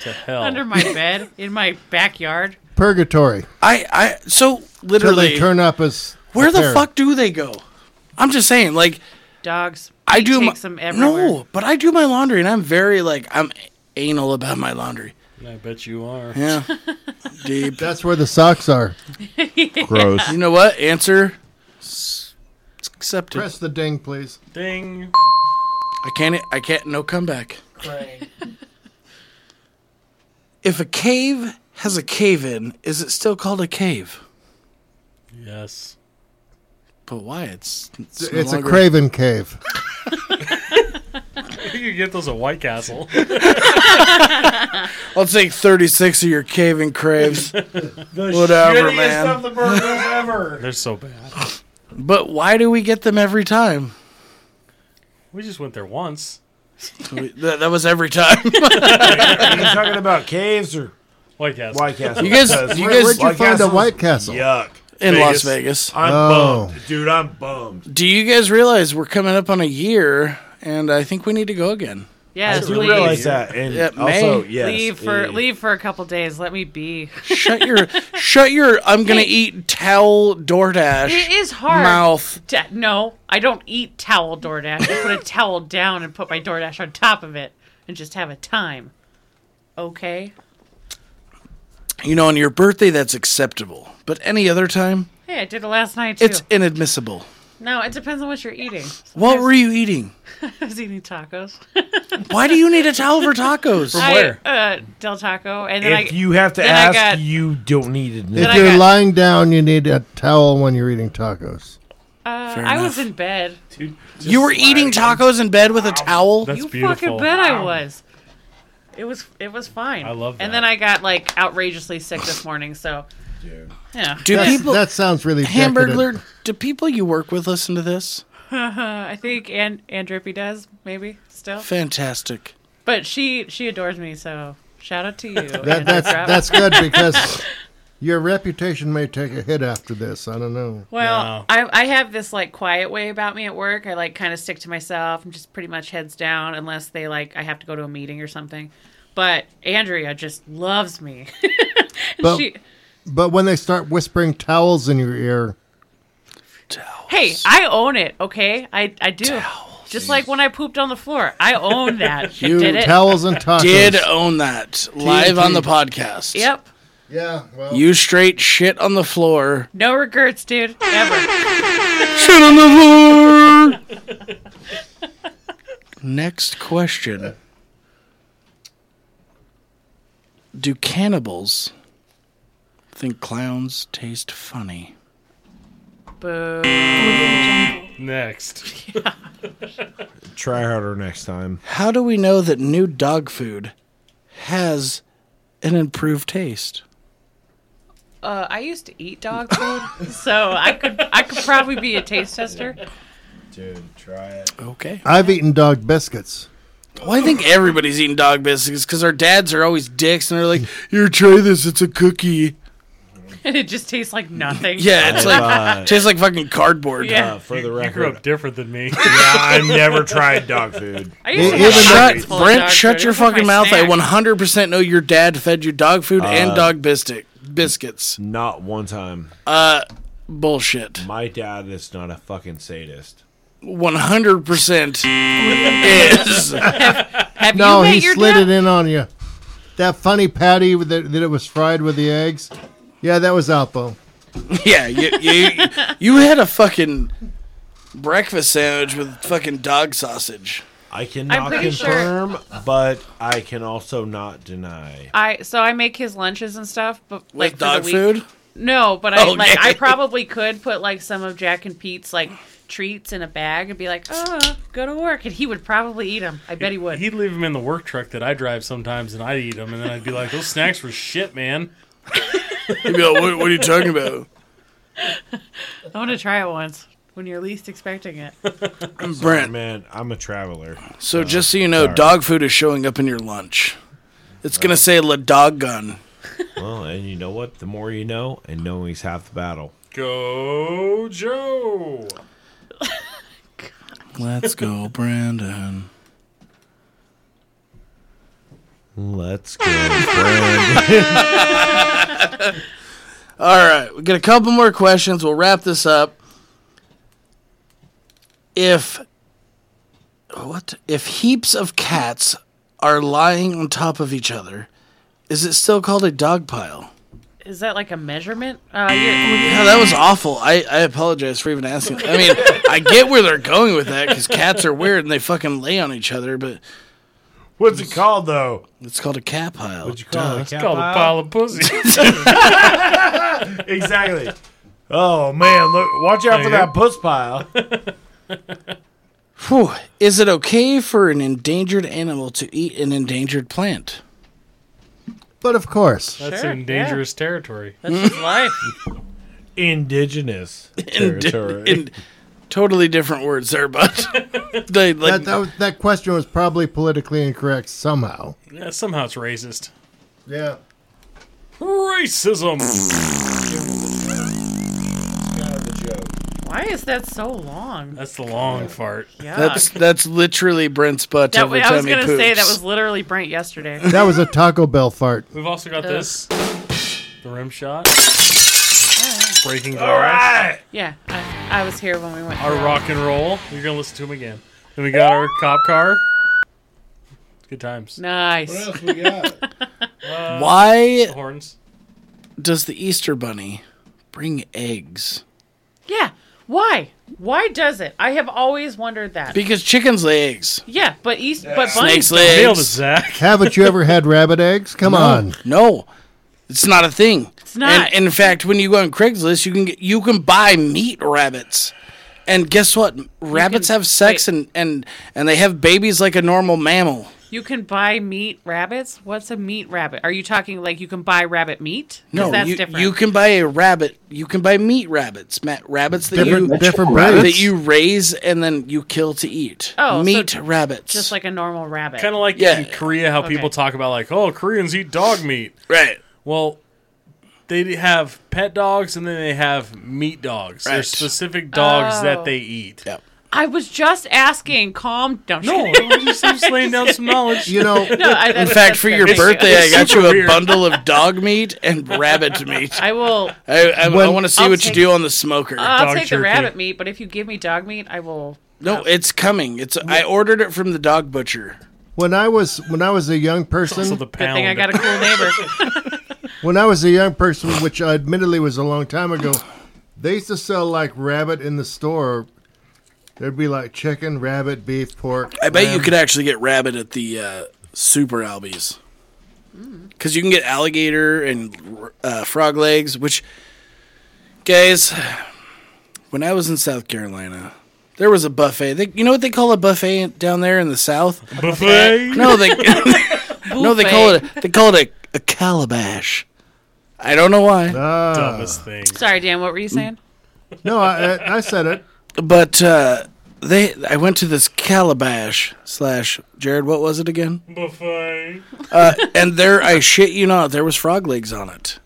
to hell. Under my bed, in my backyard. Purgatory. I, I so Till they literally turn up as where a the pair. fuck do they go? I'm just saying, like Dogs. I He do takes my, them everywhere. No, but I do my laundry and I'm very like I'm anal about my laundry. I bet you are. Yeah. Deep. That's where the socks are. Gross. You know what? Answer s- it's accepted. Press the ding, please. Ding. I can't I can't no comeback. If a cave has a cave in, is it still called a cave? Yes. But why? It's it's, It's, no a longer- Craven cave. You could get those at White Castle. I'll take thirty six of your caving craves. Whatever, man. of the burgers ever. They're so bad. But why do we get them every time? We just went there once. We- That, that was every time. Are you talking about caves or White Castle. White Castle? You guys, Because- you Where, would guys you find a Castle's- White Castle? yuck. in Las Vegas. Vegas. I'm Oh. bummed, dude. I'm bummed. Do you guys realize we're coming up on a year, and I think we need to go again? I Yes, do leave. realize that, and Yeah, also May. yes, leave for eh, leave for a couple days. Let me be. Shut your, shut your. I'm gonna eat towel It DoorDash is hard. mouth. to- no, I don't eat towel DoorDash. I put a towel down and put my DoorDash on top of it and just have a time. Okay. You know, on your birthday, that's acceptable, but any other time, Hey, I did it last night too. it's inadmissible. no, it depends on what you're eating. What were you eating? I was eating tacos. Why do you need a towel for tacos? I- where? uh, Del Taco, and then I If you have to then I ask, got- you don't need to know. I If you're got- lying down, you need a towel when you're eating tacos. uh, Fair I was enough. in bed. You were eating tacos in bed with a towel. That's you beautiful. fucking bet I was. It was it was fine. I love And that. then I got like outrageously sick this morning, so yeah. Do That's- people that sounds really hamburger? decadent. Do people you work with listen to this? I think and and Drippy does maybe still, Fantastic. but she she adores me. So shout out to you. That, Andrew that's Drap. that's good because your reputation may take a hit after this. I don't know. well, No. I I have this like quiet way about me at work. I like kind of stick to myself. I'm just pretty much heads down unless they like I have to go to a meeting or something. But Andrea just loves me. But she, but when they start whispering towels in your ear, Hey, I own it, okay? I, I do. Just like when I pooped on the floor. I own that. you did it. towels and tacos. Did own that live TNT. on the podcast. Yep. yeah. Well, You straight shit on the floor. No regrets, dude. Ever. Shit on the floor. Next question. Do cannibals think clowns taste funny? Boo. Next. Try harder next time. How do we know that new dog food has an improved taste? Uh, I used to eat dog food, so I could I could probably be a taste tester. Dude, try it. Okay. I've eaten dog biscuits. Well, I think everybody's eating dog biscuits because our dads are always dicks and they're like, "Here, try this. It's a cookie." And it just tastes like nothing. Yeah, it's like tastes like fucking cardboard. Yeah. Uh, for You the grew record, up different than me. yeah, I've never tried dog food. I used to Even have that- pockets Shut, full of Brent, dog shut food. your It was like fucking my mouth. snack. I 100% know your dad fed you dog food and dog biscuit biscuits. Not one time. Bullshit. My dad is not a fucking sadist. 100% is. Have No, you met he your slid dad? it in on you. That funny patty with the, that it was fried with the eggs. Yeah, that was Alpo. Yeah, you, you, you had a fucking breakfast sandwich with fucking dog sausage. I cannot pretty confirm, but I can also not deny. I so I make his lunches and stuff, but With like for dog the week. food? No, but I Okay. like I probably could put like some of Jack and Pete's like treats in a bag and be like, "Oh, go to work," and he would probably eat them. I bet he would. He'd leave them in the work truck that I drive sometimes, and I'd eat them, and then I'd be like, "Those snacks were shit, man." He'd be like, what, what are you talking about? I want to try it once when you're least expecting it. Brent, Man, I'm a traveler. So just so you know, dog food is showing up in your lunch. It's gonna say La Dog Gun. Well, and you know what? The more you know, and knowing's half the battle. Go, Joe. Let's go, Brandon. Let's go, Brandon. All right, we got a couple more questions. We'll wrap this up. If what if heaps of cats are lying on top of each other, is it still called a dog pile? Is that like a measurement? Uh, you're- Yeah, that was awful. I, I apologize for even asking. I mean, I get where they're going with that because cats are weird and they fucking lay on each other, but What's it called though? it's called a cat pile. What'd you call it? A cat Called a pile? pile of pussy. Exactly. Oh man, look! Watch out for that puss pile. Whew. Is it okay for an endangered animal to eat an endangered plant? But of course, That's Sure, in yeah. dangerous territory. that's just life. Indigenous territory. In totally different words there, but they like that, that, was- that question was probably politically incorrect somehow. Yeah, somehow it's racist. Yeah. Racism. Why is that so long? That's the long fart. Yeah. that's uh, that's literally Brent's butt that, every I time was he gonna say that poops. was literally Brent yesterday. That was a Taco Bell fart. We've also got this. The rim shot. Breaking glass. Yeah, I, I was here when we went. Our rock and roll. You're gonna listen to him again. Then we got our cop car. Good times. Nice. else we got? Why Horns. does the Easter Bunny bring eggs? Yeah. Why? Why does it? I have always wondered that. Because chickens lay eggs. yeah, but East, but bunnies. Snakes lay Nailed it, eggs. Zach. Haven't you ever had rabbit eggs? Come on. No, it's not a thing. It's not. And in fact, when you go on Craigslist, you can get, you can buy meat rabbits. And guess what? Rabbits can- have sex wait. and, and and they have babies like a normal mammal. You can buy meat rabbits. What's a meat rabbit? Are you talking like you can buy rabbit meat? 'Cause No, that's you, different. you can buy a rabbit. You can buy meat rabbits, ma- rabbits that Different, you different rabbits. breeds. that you raise and then you kill to eat. Oh, so meat rabbits. just like a normal rabbit. Kind of like Yeah. in Korea, how people Okay. talk about like, oh, Koreans eat dog meat. right. Well, they have pet dogs and then they have meat dogs. Right. There's specific dogs Oh. that they eat. Yeah. I was just asking. Calm. No, I'm just No, kidding. I'm just, I'm just laying down some knowledge. You know, No, I, In that's- fact, that's for good. your Thank birthday, I got you a weird. bundle of dog meat and rabbit meat. I will. I, I, When- want to see I'll what you take- Uh, do on the smoker. I'll Dog take jerky. the rabbit meat, but if you give me dog meat, I will. No, it's coming. It's I ordered it from the dog butcher. when I was when I was a young So person, the Good pound. thing I got a cool neighbor. when I was a young person, which admittedly was a long time ago, they used to sell like rabbit in the store. There'd be like chicken, rabbit, beef, pork. I bet you could actually get rabbit at the uh, Super Albies. Because you can get alligator and uh, frog legs, which, guys, when I was in South Carolina, there was a buffet. They, you know what they call a buffet down there in the South? buffet. No, they no they call it they call it a, a calabash. I don't know why, Ah, Uh. Dumbest thing. Sorry, Dan. What were you saying? no, I, I I said it. but uh, they I went to this calabash slash Jared. What was it again? Buffet. and there, I shit you not, there was frog legs on it.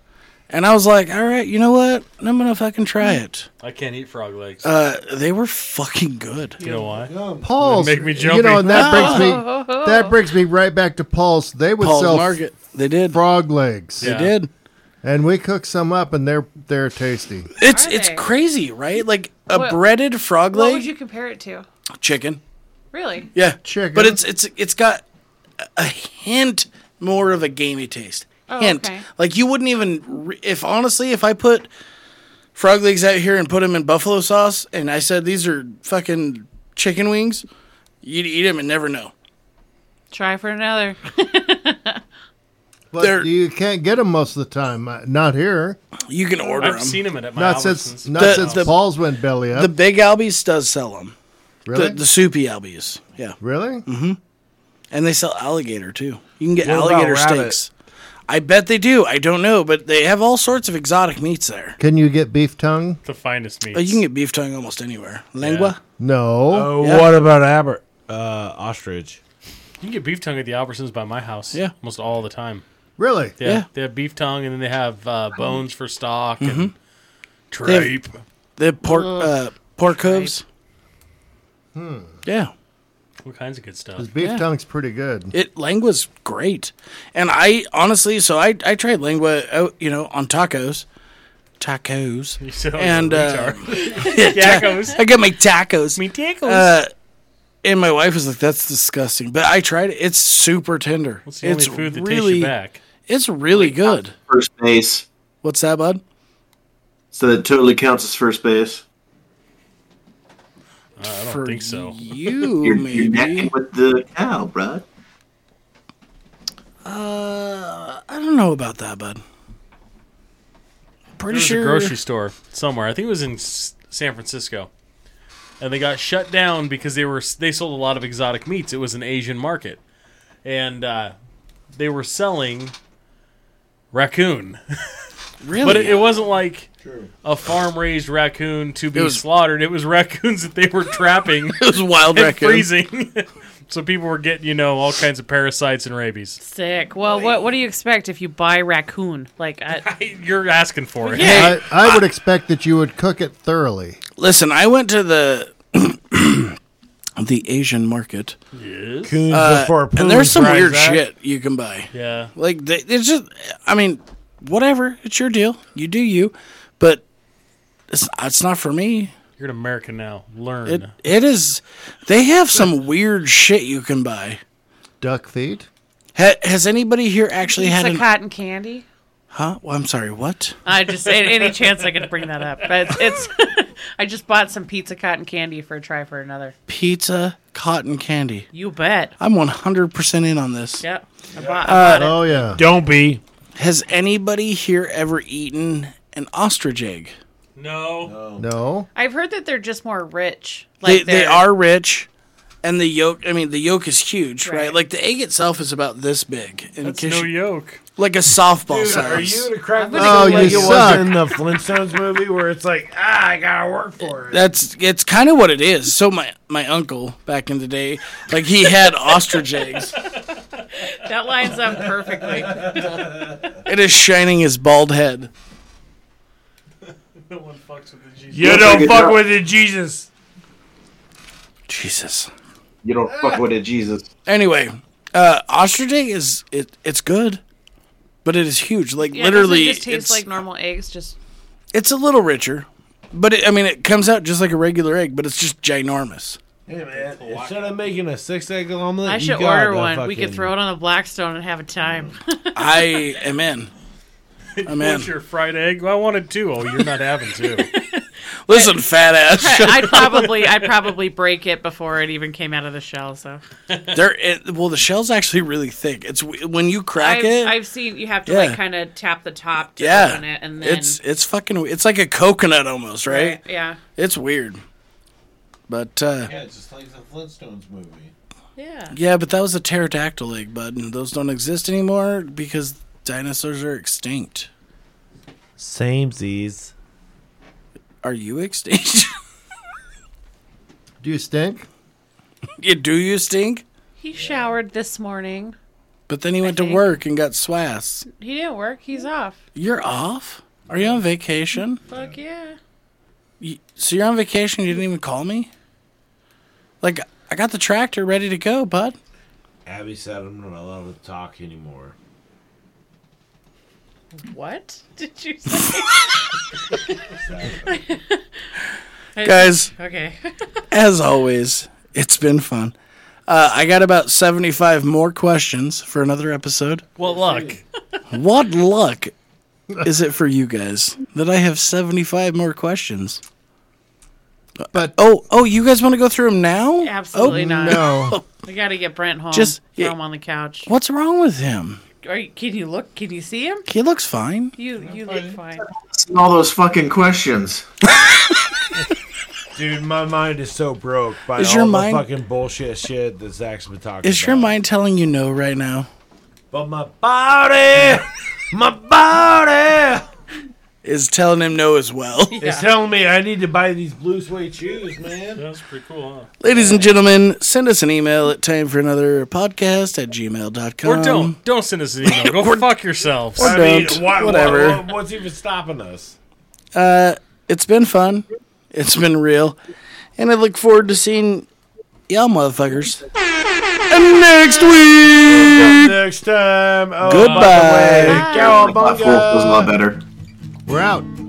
And I was like, all right, you know what? I'm gonna fucking try it. I can't eat frog legs. Uh, they were fucking good. you know why? Paul's. Make me You know, jumpy. and that brings me that brings me right back to Paul's. They would Paul's sell Market, they did, frog legs, Yeah. they did. and we cook some up, and they're they're tasty. It's Are it's they? crazy, right? Like a What- breaded frog What leg, would you compare it to? chicken. Really? Yeah, Chicken. But it's it's it's got a- a hint more of a gamey taste. Hint, okay. like you wouldn't even re- if honestly, if I put frog legs out here and put them in buffalo sauce, and I said these are fucking chicken wings, you'd eat them and never know. Try for another. But They're- you can't get them most of the time. Uh, Not here. You can order I've them. seen him at my Not Albertsons. since not The- since the- Paul's went belly up. the big Albies does sell them. really? The, Mm-hmm. the soupy Albies. Yeah. really? And they sell alligator too. You can get What about alligator rabbit? steaks. I bet they do. I don't know, but they have all sorts of exotic meats there. Can you get beef tongue? the finest meat. Uh, You can get beef tongue almost anywhere. Lengua. No. Oh, Yeah. what about Aber uh, ostrich? You can get beef tongue at the Albertsons by my house. Yeah. almost all the time. Really? They Yeah. have, they have beef tongue, and then they have uh, bones for stock and have- tripe. Mm-hmm. They have pork uh, pork hooves. Yeah. All kinds of good stuff. His beef Yeah. tongue's pretty good. It Lengua's great. And I honestly so I I tried Lengua out, you know, on tacos. Tacos. You sound like a And uh, retard. tacos. I got my tacos. Me tickles. Uh, and my wife was like, "That's disgusting," but I tried it. It's super tender. What's the it's only food that really, takes you back? it's really good. First base. What's that, bud? So that totally counts as first base. I don't For think so. You You're, you're maybe. necking with the cow, bro. uh, I don't know about that, bud. There Pretty was sure. a grocery store somewhere. I think it was in S- San Francisco, and they got shut down because they were they sold a lot of exotic meats. It was an Asian market, and uh, they were selling raccoon, really? but it, it wasn't like. A farm raised raccoon to be was- slaughtered. It was raccoons that they were trapping It was wild and raccoon. freezing. so people were getting, you know, all kinds of parasites and rabies. Sick. Well, what what do you expect if you buy raccoon? Like, uh, I, You're asking for it. Hey, I, I would expect that you would cook it thoroughly. listen, I went to the the Asian market, Coons before poons, Uh, and there's some right, weird Zach? shit you can buy. Yeah. Like they, it's just, I mean, whatever. It's your deal. You do you, but it's it's not for me. You're an American now. Learn. It it is. They have some weird shit you can buy. Duck feet. Ha, has anybody here actually it's had a an? cotton candy. Huh? Well, I'm sorry. What? I just any any chance I could bring that up, but it's. it's I just bought some pizza cotton candy for a try for another. Pizza, cotton candy. You bet. I'm 100 percent in on this. Yep. I bought, Uh, I bought it. Oh yeah. Don't be. Has anybody here ever eaten an ostrich egg? no. No. I've heard that they're just more rich. they, Like they they're- are rich and the yolk i mean the yolk is huge right, Right. like the egg itself is about this big in That's case no you- yolk. like a softball size Are you to crack this Oh, oh, like you it suck. was in the Flintstones movie where it's like, ah, I gotta work for it. that's it's kind of what it is so my my uncle back in the day like he had ostrich eggs That lines up perfectly. it is shining his bald head No one fucks with the You don't fuck with it, Jesus. jesus You don't fuck with it, Jesus. anyway uh ostrich egg is it it's good but it is huge like Yeah, literally doesn't it just tastes it's like normal eggs. Just it's a little richer but it, i mean it comes out just like a regular egg but it's just ginormous Hey, man, instead of making a six egg omelet, I you should got order a one. We could fucking- throw it on a blackstone and have a time. i am in i'm in What's your fried egg? Well, I wanted two. Oh, you're not having two. Listen, fat ass. I'd probably I'd probably break it before it even came out of the shell. So They're it, well, the shell's actually really thick. It's w- when you crack I've, it. I've seen you have to Yeah. like kind of tap the top to yeah, open it, and then it's it's fucking. w- It's like a coconut almost, right? yeah It's weird. But uh, yeah. Yeah, it's just like the Flintstones movie. yeah. but that was a pterodactyl egg, bud, and those don't exist anymore because dinosaurs are extinct. Samesies. Are you extinct? Do you stink? you do you stink? He showered this morning. But then he went to think. work and got swass. He didn't work. He's off. You're off. Are you on vacation? Fuck yeah. You, so you're on vacation. You didn't even call me. Like I got the tractor ready to go, bud. Abby said I'm not allowed to talk anymore. What did you say? Guys, okay. as always, it's been fun. Uh, I got about 75 more questions for another episode. well, look. What luck is it for you guys that I have 75 more questions? But Oh, oh, you guys want to go through them now? Oh, Absolutely not. no. We got to Oh, get Brent home. Just- throw him on the couch. What's wrong with him? Are you, can you look? Can you see him? He looks fine. You you look fine. Asking all those fucking questions. Dude, my mind is so broke by Is all your the mind- fucking bullshit shit that Zach's been talking Is about. your mind telling you no right now? But my body, my body Is telling him no as well. is telling me I need to buy these blue suede shoes, man. That's pretty cool, huh? Ladies and gentlemen, send us an email at time for another podcast at gmail.com. Or don't don't send us an email. Go fuck yourselves. or- I mean, Don't. why, Whatever. why- why- what's even stopping us? Uh, it's been fun. It's been real. And I look forward to seeing y'all motherfuckers next week. Next time. Oh, Goodbye. Cowabunga. That was a lot better. We're out.